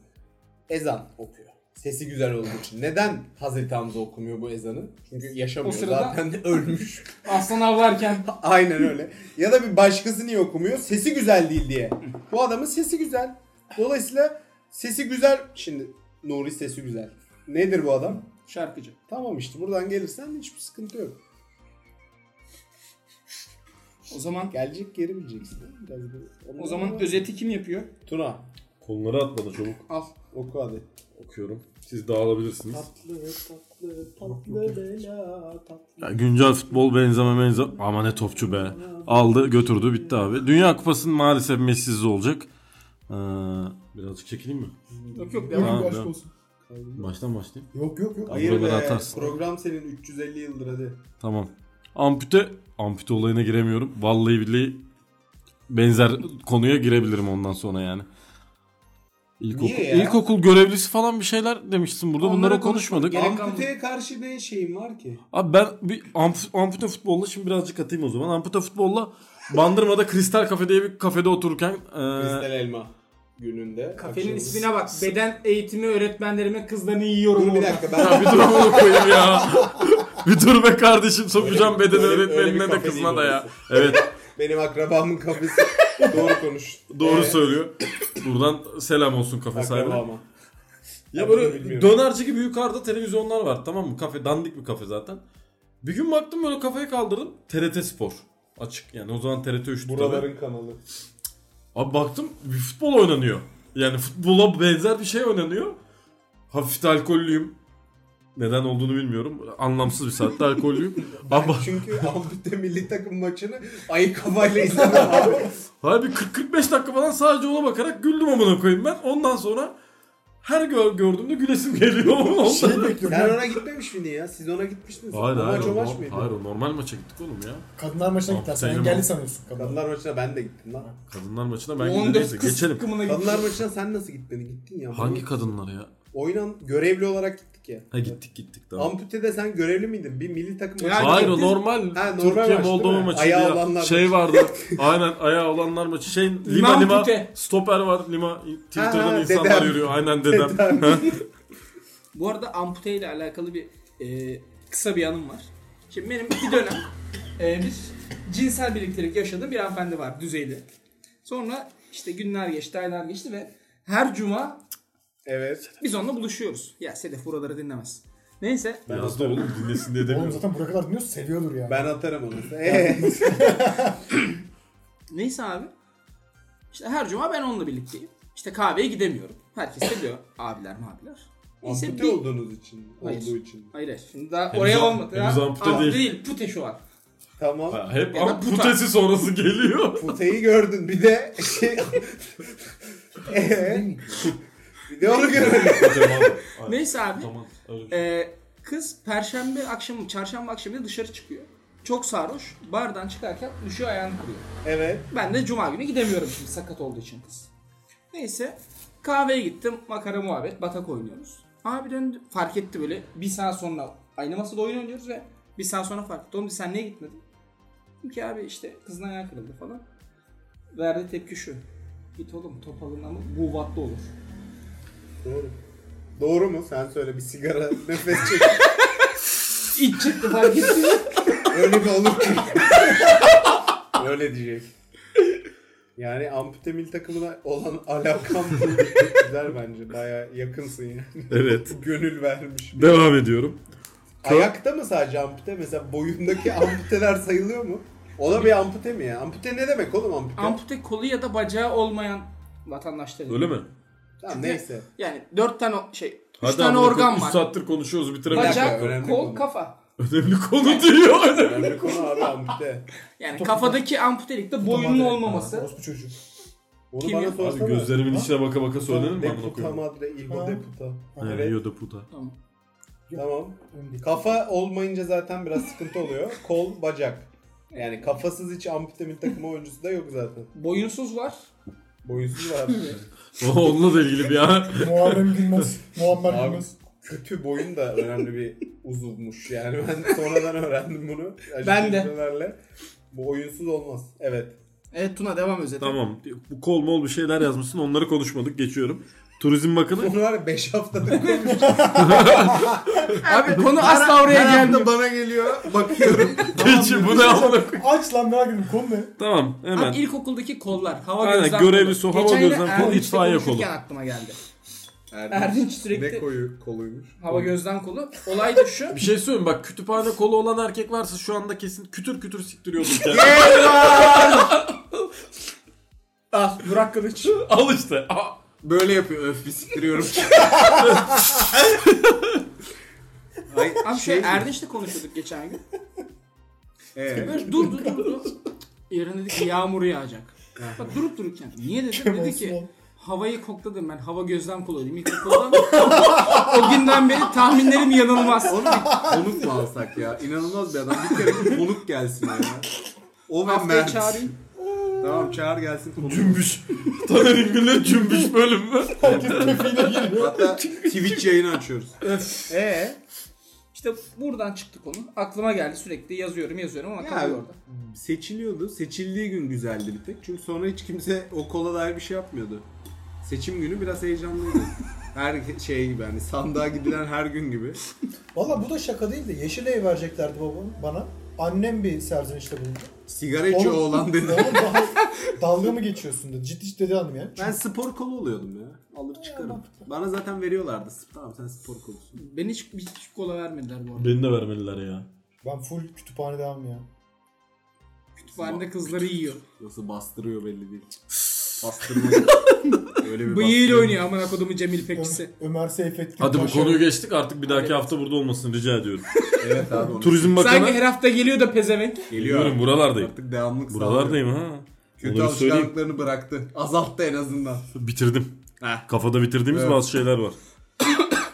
S4: Ezan okuyor. Sesi güzel olduğu için. Neden Hazreti Hamza okumuyor bu ezanı? Çünkü yaşamıyor.
S2: O sırada-
S4: Zaten de ölmüş.
S2: Aslan avlarken
S4: Aynen öyle. Ya da bir başkası niye okumuyor? Sesi güzel değil diye. Bu adamın sesi güzel. Dolayısıyla sesi güzel. Şimdi Nuri sesi güzel. Nedir bu adam?
S2: şarkıcı.
S4: Tamam işte buradan gelirsen hiçbir sıkıntı yok.
S2: O zaman
S4: Gelecek geri bileceksin. Biraz da-
S2: o zaman özeti kim yapıyor?
S4: Tuna
S1: Konuları atmadı çabuk.
S2: Al.
S4: oku hadi.
S1: Okuyorum. Siz dağılabilirsiniz.
S4: Tatlı tatlı tatlı bela tatlı.
S1: Ya güncel futbol benzeme benzeme. Ama ne topçu be. Aldı götürdü bitti abi. Dünya Kupası'nın maalesef Messi'siz olacak. Ee, birazcık çekileyim mi?
S2: Yok yok
S1: devam.
S2: devam.
S1: Aa,
S3: Başka
S1: ben-
S3: olsun.
S1: Baştan başlayayım.
S3: Yok yok yok.
S4: Hayır be
S1: Buraları atarsın.
S4: program senin 350 yıldır hadi.
S1: Tamam. Ampute. Ampute olayına giremiyorum. Vallahi billahi benzer konuya girebilirim ondan sonra yani. İlkokul,
S4: Niye ya?
S1: ilkokul görevlisi falan bir şeyler demiştin burada. Bunları konuşmadık.
S2: Gerek
S4: Amputeye karşı ne şeyim var ki?
S1: Abi ben bir amp- ampute futbolla şimdi birazcık atayım o zaman. Ampute futbolla Bandırma'da Kristal Kafe diye bir kafede otururken e,
S4: Kristal elma gününde.
S2: Kafenin
S4: akşamız.
S2: ismine bak. Beden eğitimi öğretmenlerimin kızlarını yiyorum.
S4: Dur bir
S2: orada.
S4: dakika
S1: Ya
S4: ben
S1: bir dur amına koyayım ya. Bir dur be kardeşim sokacağım
S4: Öyle-
S1: beden
S4: öyle- öyle
S1: öğretmenine
S4: bir
S1: de
S4: kafe
S1: kızına
S4: değil
S1: da ya.
S4: orası.
S1: Evet
S4: benim akrabamın kafesi. Doğru konuş.
S1: doğru
S4: Evet,
S1: söylüyor. Buradan selam olsun kafe sahibine.
S4: Akrabama.
S1: Ya
S4: Adını
S1: böyle
S4: bilmiyorum.
S1: dönerci gibi yukarıda televizyonlar var tamam mı? Kafe dandik bir kafe zaten. Bir gün baktım böyle kafayı kaldırdım. TRT Spor. Açık yani o zaman TRT 3
S4: Buraların kanalı.
S1: Abi baktım bir futbol oynanıyor. Yani futbola benzer bir şey oynanıyor. Hafif de alkollüyüm. Neden olduğunu bilmiyorum. Anlamsız bir saatte alkollüyüm. Ama
S4: Çünkü ampute milli takım maçını ayı kafayla izledim abi.
S1: Harbi 40-45 dakika falan sadece ona bakarak güldüm amına koyayım ben. Ondan sonra her gör, gördüğümde gülesim geliyor. Ondan
S3: Şey bekliyorum.
S4: Sen
S3: ya.
S4: ona gitmemiş miydin ya? Siz ona gitmiştiniz.
S1: Hayır
S4: O
S1: hayır,
S4: maç
S1: o
S4: o maç
S1: norm-
S4: mıydı?
S1: hayır o normal maça gittik oğlum ya.
S3: Kadınlar maçına
S1: Ah,
S3: gittiler. Sen
S1: sen
S3: engelli
S1: yine-
S3: sanıyorsun kadınlar.
S4: Kadınlar maçına ben de gittim lan.
S1: Kadınlar maçına ben gittim.
S2: 14
S1: Neyse
S2: kız
S1: geçelim.
S2: takımına gidiyor.
S4: Kadınlar maçına sen nasıl gitmedin? Gittin ya.
S1: Hangi kadınlar ya?
S4: Oynan görevli olarak gittik ya.
S1: Ha gittik gittik tamam.
S4: Ampute'de sen görevli miydin? Bir milli takım
S2: Ya
S4: maçı.
S1: Hayır o
S4: gittin.
S1: normal,
S4: Ha, normal maç
S1: Türkiye
S4: değil
S1: Moldova
S4: mi?
S1: maçı
S4: Ayağı
S1: ya.
S4: olanlar
S1: şey
S4: maçı.
S1: vardı. aynen ayağı olanlar maçı. Şey Lima Lima
S2: Nampute.
S1: stoper var Lima Twitter'dan
S4: Ha, ha,
S1: insanlar
S4: dedem.
S1: yürüyor. Aynen dedem.
S2: Bu arada ampute ile alakalı bir e, kısa bir anım var. Şimdi benim bir dönem e, bir cinsel birliktelik yaşadığım bir hanımefendi var düzeyde. Sonra işte günler geçti, aylar geçti ve her cuma
S4: Evet.
S2: biz onunla buluşuyoruz. Ya Sedef buraları dinlemez. Neyse.
S1: Yazdı oğlum dinlesin diye
S3: Oğlum
S1: demiyorum.
S3: zaten buraya kadar dinliyorsun seviyordur yani.
S4: Ben atarım onu. Ee,
S2: Neyse abi. İşte her cuma ben onunla birlikteyim. İşte kahveye gidemiyorum. Herkes de diyor. Abiler mabiler. Neyse
S4: ampute
S2: bir...
S4: olduğunuz için.
S2: Hayır.
S4: Olduğu için.
S2: Hayır hayır. Şimdi daha
S1: Henüz
S2: oraya
S1: am-
S2: olmadı.
S1: henüz
S2: Ha,
S1: ampute
S2: am-
S1: değil.
S2: değil. Pute şu an.
S4: Tamam.
S1: Ha, hep
S2: Ya da puta.
S1: amputesi sonrası geliyor.
S4: Puteyi gördün. Bir de şey... Ee, bir de onu gördün.
S2: Neyse abi.
S1: Tamam. öyle. şey.
S2: Ee, kız perşembe akşamı, çarşamba akşamı dışarı çıkıyor. Çok sarhoş. Bardan çıkarken düşüyor ayağını kırıyor.
S4: Evet.
S2: Ben de cuma günü gidemiyorum şimdi sakat olduğu için kız. Neyse kahveye gittim. Makara muhabbet. Batak oynuyoruz. Abi döndü. Fark etti böyle. Bir saat sonra aynı masada oyun oynuyoruz ve bir saat sonra fark etti. Oğlum dedi, sen niye gitmedin? Dedim ki abi işte kızın ayağı kırıldı falan. Verdiği tepki şu. Git oğlum top alın ama bu vatlı olur.
S4: Doğru. Doğru mu? Sen söyle bir sigara nefes çek.
S2: İç çıktı fark etti.
S4: Öyle bir olur ki. Öyle diyecek. Yani ampute mil takımına olan alakam güzel bence. Baya yakınsın yani.
S1: Evet.
S4: Gönül vermiş.
S1: Devam ediyorum.
S4: Ayakta mı sadece ampute? Mesela boyundaki amputeler sayılıyor mu? O da bir ampute mi ya? Ampute ne demek oğlum ampute?
S2: ampute kolu ya da bacağı olmayan vatandaşlar.
S1: Öyle mi?
S4: tamam neyse.
S2: Yani dört tane o- şey, üç
S1: Hadi
S2: tane
S1: amına
S2: organ
S1: koyayım, üç
S2: var.
S1: saattir konuşuyoruz bitiremedik.
S4: dakika,
S2: Bacak,
S4: önemli
S2: kol,
S4: konu.
S2: kafa.
S1: Önemli konu diyor. önemli.
S4: Önemli konu abi ampute.
S2: Yani kafadaki amputelikte boyunun
S3: Madre.
S2: olmaması.
S3: Ha, orospu çocuğu.
S4: Onu
S2: Kim ya?
S4: bana
S2: Abi
S1: Abi
S4: sorsana.
S1: gözlerimin içine baka baka söylenir mi amına
S4: Deputa
S1: koyayım?
S4: madre, ilgo
S3: Ha.
S4: deputa.
S1: Ha,
S4: Evet.
S1: Rio de puta.
S2: Tamam.
S4: Tamam.
S3: Öndeki.
S4: Kafa olmayınca zaten biraz sıkıntı oluyor. Kol, bacak. Yani kafasız hiç ampute mil takımı oyuncusu da yok zaten.
S2: Boyunsuz var.
S4: Boyunsuz var.
S1: Onunla da ilgili bir an.
S3: Muharrem Gülmez. Muammer
S4: Abi
S3: Gülmez.
S4: kötü boyun da önemli bir uzuvmuş. Yani ben sonradan öğrendim bunu.
S2: Ben de.
S4: Araştırmalarla. Bu oyunsuz olmaz. Evet.
S2: Evet Tuna devam özet.
S1: tamam. Bu kol mol bir şeyler yazmışsın. Onları konuşmadık. Geçiyorum. Turizm Bakanı.
S4: Bunu var ya 5 haftadır koymuş.
S2: Abi konu asla oraya gelmiyor.
S4: bana geliyor. Bakıyorum.
S1: Geçin bu ne amına koyayım?
S3: Aç lan merak ettim konu ne?
S1: Tamam hemen.
S2: Abi ilkokuldaki kollar, hava
S1: Aynen,
S2: gözlem
S1: görevli su, hava
S2: Geçen yine
S1: gözlem kolu,
S2: Erdinç'te
S1: itfaiye kolu.
S2: konuşurken aklıma geldi. Erdinç sürekli-
S4: Ne koyu koluymuş.
S2: Hava gözlem kolu. Olay da şu.
S1: Bir şey söyleyeyim bak kütüphane kolu olan erkek varsa şu anda kesin kütür kütür siktiriyordum.
S2: Ah Burak Kılıç.
S1: Al işte. Aa,
S4: Böyle yapıyor. Öf bir siktiriyorum. Ay,
S2: Abi şey Erdinç'le konuşuyorduk geçen gün.
S4: Ee,
S2: Böyle durdu durdu. Yarın dedi ki yağmur yağacak. Bak durup dururken. Niye dedim? Dedi ki havayı kokladım ben. Hava gözlem kullanıyorum. İlk kullandım. o günden beri tahminlerim yanılmaz.
S4: Onu bir konuk mu alsak ya? İnanılmaz bir adam. Bir kere bir konuk gelsin ya. O ve
S2: Haftaya
S4: Mert.
S2: çağırayım.
S4: Tamam çağır gelsin. konuşalım.
S1: Cümbüş. Taner İngilizce cümbüş bölüm mü?
S4: Hatta Twitch yayını açıyoruz.
S5: Ee,
S2: İşte buradan çıktı konu. Aklıma geldi sürekli yazıyorum yazıyorum ama kalıyor orada.
S4: seçiliyordu. Seçildiği gün güzeldi bir tek. Çünkü sonra hiç kimse o kola dair bir şey yapmıyordu. Seçim günü biraz heyecanlıydı. her şey gibi hani sandığa gidilen her gün gibi.
S5: valla bu da şaka değil de Yeşilay'ı vereceklerdi babam bana. Annem bir serzenişte bulundu.
S4: Sigara içiyor
S5: Oğlum-
S4: oğlan dedi.
S5: Oğlum daha dalga mı geçiyorsun dedi. Ciddi ciddi dedi hanım yani.
S4: Ben spor kolu oluyordum ya. Alır çıkarım. Bana zaten veriyorlardı. Tamam sen spor kolusun.
S2: Beni hiç, hiç kola vermediler bu arada.
S1: Beni de vermeliler ya.
S5: Ben full kütüphanede hanım ya.
S2: Kütüphanede kızları yiyor.
S4: Nasıl bastırıyor belli değil. Bastırma. Öyle
S2: Bıyığıyla
S4: bir bastırma.
S2: oynuyor amına kodumun Cemil Pekisi.
S5: Ö- Ömer Seyfettin.
S1: Hadi bu
S5: Taşer.
S1: konuyu geçtik artık bir dahaki hafta burada olmasını rica ediyorum.
S4: Evet abi onu.
S1: Turizm
S2: Sanki
S1: Bakanı.
S2: her hafta geliyor da pezevenk.
S4: Geliyor.
S1: Biliyorum
S4: abi.
S1: buralardayım.
S4: Artık devamlık sağlıyor.
S1: Buralardayım ha.
S4: Kötü
S1: Onları söyleyeyim.
S4: alışkanlıklarını bıraktı. Azalttı en azından.
S1: Bitirdim.
S4: Heh.
S1: Kafada bitirdiğimiz
S4: Evet.
S1: bazı şeyler var.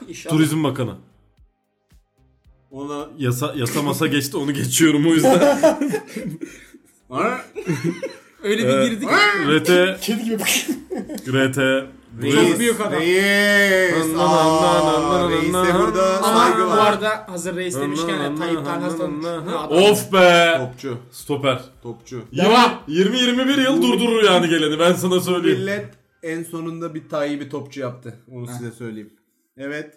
S2: İnşallah.
S1: Turizm Bakanı.
S4: Ona
S1: Yasa, yasa masa geçti onu geçiyorum o yüzden.
S4: Ana!
S2: Öyle bir girdik.
S1: RT,
S5: Kedi gibi.
S1: RT.
S4: Reis,
S2: büyük adam.
S4: Reis.
S1: Anan, anan, anan,
S4: Aa,
S1: anan,
S4: Reis'e
S1: anan.
S4: burada
S2: Ama
S4: saygı
S2: bu
S4: var.
S2: arada hazır reis demişken de Tayyip Tarhas tanımış. Ne adam.
S1: Of be.
S4: Topçu.
S1: Stoper.
S4: Topçu.
S1: Ya 20-21 yıl durdurur yani geleni ben sana söyleyeyim.
S4: Millet en sonunda bir Tayyip'i topçu yaptı. Onu size söyleyeyim. Evet.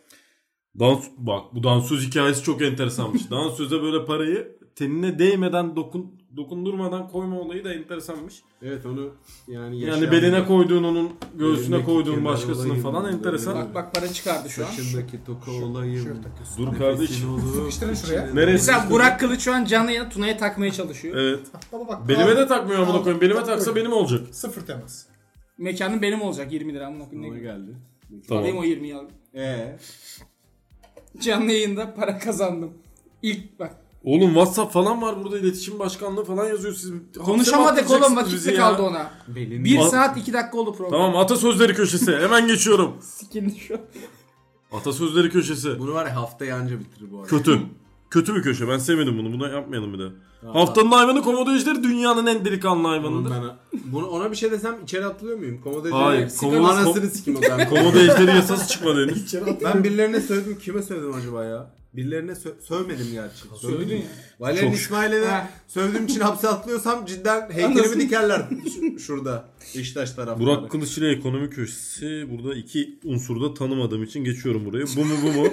S1: Dans, bak bu dansöz hikayesi çok enteresanmış. dansöze böyle parayı tenine değmeden dokun, dokundurmadan koyma olayı da enteresanmış.
S4: Evet onu yani
S1: Yani beline koyduğun onun göğsüne
S4: Elindeki
S1: koyduğun
S4: kirler
S1: başkasının
S4: olayı,
S1: falan
S4: olayı.
S1: enteresan.
S2: Bak bak para çıkardı şu an.
S4: Saçındaki toka olayım.
S1: Dur kardeşim.
S3: Sıkıştırın şuraya.
S1: Neresi?
S2: Mesela Burak Kılıç şu an canlı yayına Tuna'ya takmaya çalışıyor.
S1: Evet.
S3: Baba bak.
S1: Belime
S3: abi,
S1: de takmıyor amına koyayım. Belime taksa benim olacak.
S3: Sıfır temas.
S2: Mekanın benim olacak 20 lira amına koyayım. ne güzel.
S4: geldi.
S2: Alayım o 20'yi al.
S4: Ee,
S2: Canlı yayında para kazandım. İlk bak.
S1: Oğlum WhatsApp falan var burada iletişim başkanlığı falan yazıyor siz. hapse
S2: Konuşamadık
S1: mi
S2: oğlum
S1: atacaksınız bizi ya?
S2: vakitli kaldı ona.
S4: belin.
S2: 1
S1: Al-
S2: saat 2 dakika oldu program.
S1: Tamam atasözleri köşesi. Hemen geçiyorum.
S2: Sikindi şu an.
S1: Atasözleri köşesi.
S4: Bunu var ya haftaya anca bitirir bu arada.
S1: Kötü. Kötü bir köşe. Ben sevmedim bunu. Bunu yapmayalım bir de. Haftanın hayvanı komodo ejderi dünyanın en delikanlı hayvanıdır.
S4: Ben, bunu, ona bir şey desem içeri atılıyor muyum? Komodo
S1: Hayır,
S4: Komodo
S1: komodo-
S4: anasını sikim o zaman.
S1: Komodo ejderi yasası çıkmadı henüz.
S4: ben birilerine sövdüm. Kime sövdüm acaba ya? Birilerine sö- sövmedim gerçi.
S2: Sövdün ya.
S4: Valerian
S1: Çok
S4: İsmail'e de
S2: Ha.
S4: sövdüğüm için hapse atlıyorsam cidden heykelimi
S2: Anlasın.
S4: dikerler şu- şurada. Beşiktaş taraftarı.
S1: Burak Kılıç ile ekonomi köşesi. Burada iki unsuru da tanımadığım için geçiyorum buraya. Bu mu bu mu?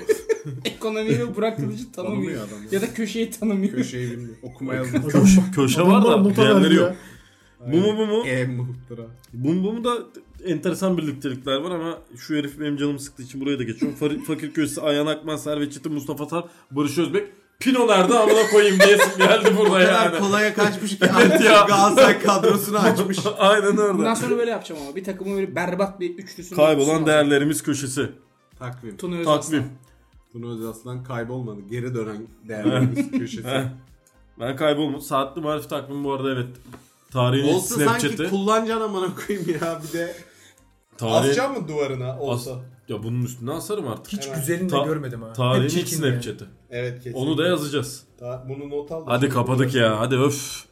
S2: Ekonomiyi ve Burak Kılıç'ı
S4: Tanımıyor
S2: tanımıyor.
S4: adam ya.
S2: ya da köşeyi tanımıyor.
S4: Köşeyi bilmiyor. Okuma yazma.
S1: Köşe, köşe var
S5: Adamlar
S1: da
S5: nota
S1: diğerleri
S5: verdi
S1: yok.
S5: ya.
S1: Bu mu bu mu?
S4: E muhtıra.
S1: Bu mu bu mu da enteresan birliktelikler var ama şu herif benim canımı sıktığı için buraya da geçiyorum. Far- Fakir köşesi Ayhan Akman, Servet Çetin, Mustafa Sar, Barış Özbek. Pino nerede amına koyayım diyesim geldi
S4: O
S1: burada
S4: kadar
S1: yani.
S4: kolaya kaçmış ki
S1: ya.
S4: Galatasaray kadrosunu açmış.
S1: Aynen
S2: Bundan
S1: orada.
S2: sonra böyle yapacağım ama. Bir takımın böyle berbat bir üçlüsünü...
S1: Kaybolan değerlerimiz köşesi.
S4: Takvim.
S2: Tuna Özaslan.
S1: Takvim.
S4: Bunu Özaslan kaybolmadı. Geri dönen değerlerimiz köşesi.
S1: Ben kaybolmam. Saatli marif takvim bu arada evet. Tarihin
S4: olsa sanki
S1: Snapchat'i.
S4: kullanacaksın amına koyayım ya bir de.
S1: Tarihin...
S4: Asacak mı duvarına olsa?
S1: As- Ya bunun üstüne asarım artık.
S3: Hiç güzelini de
S1: Ta-
S3: görmedim ha.
S1: Tarihin
S3: Hep
S1: ilk
S3: çirkin yani.
S1: Snapchat'i.
S4: Evet kesin.
S1: Onu da yazacağız.
S4: Ta- bunu not al. da-
S1: Hadi kapadık ya. Hadi öf.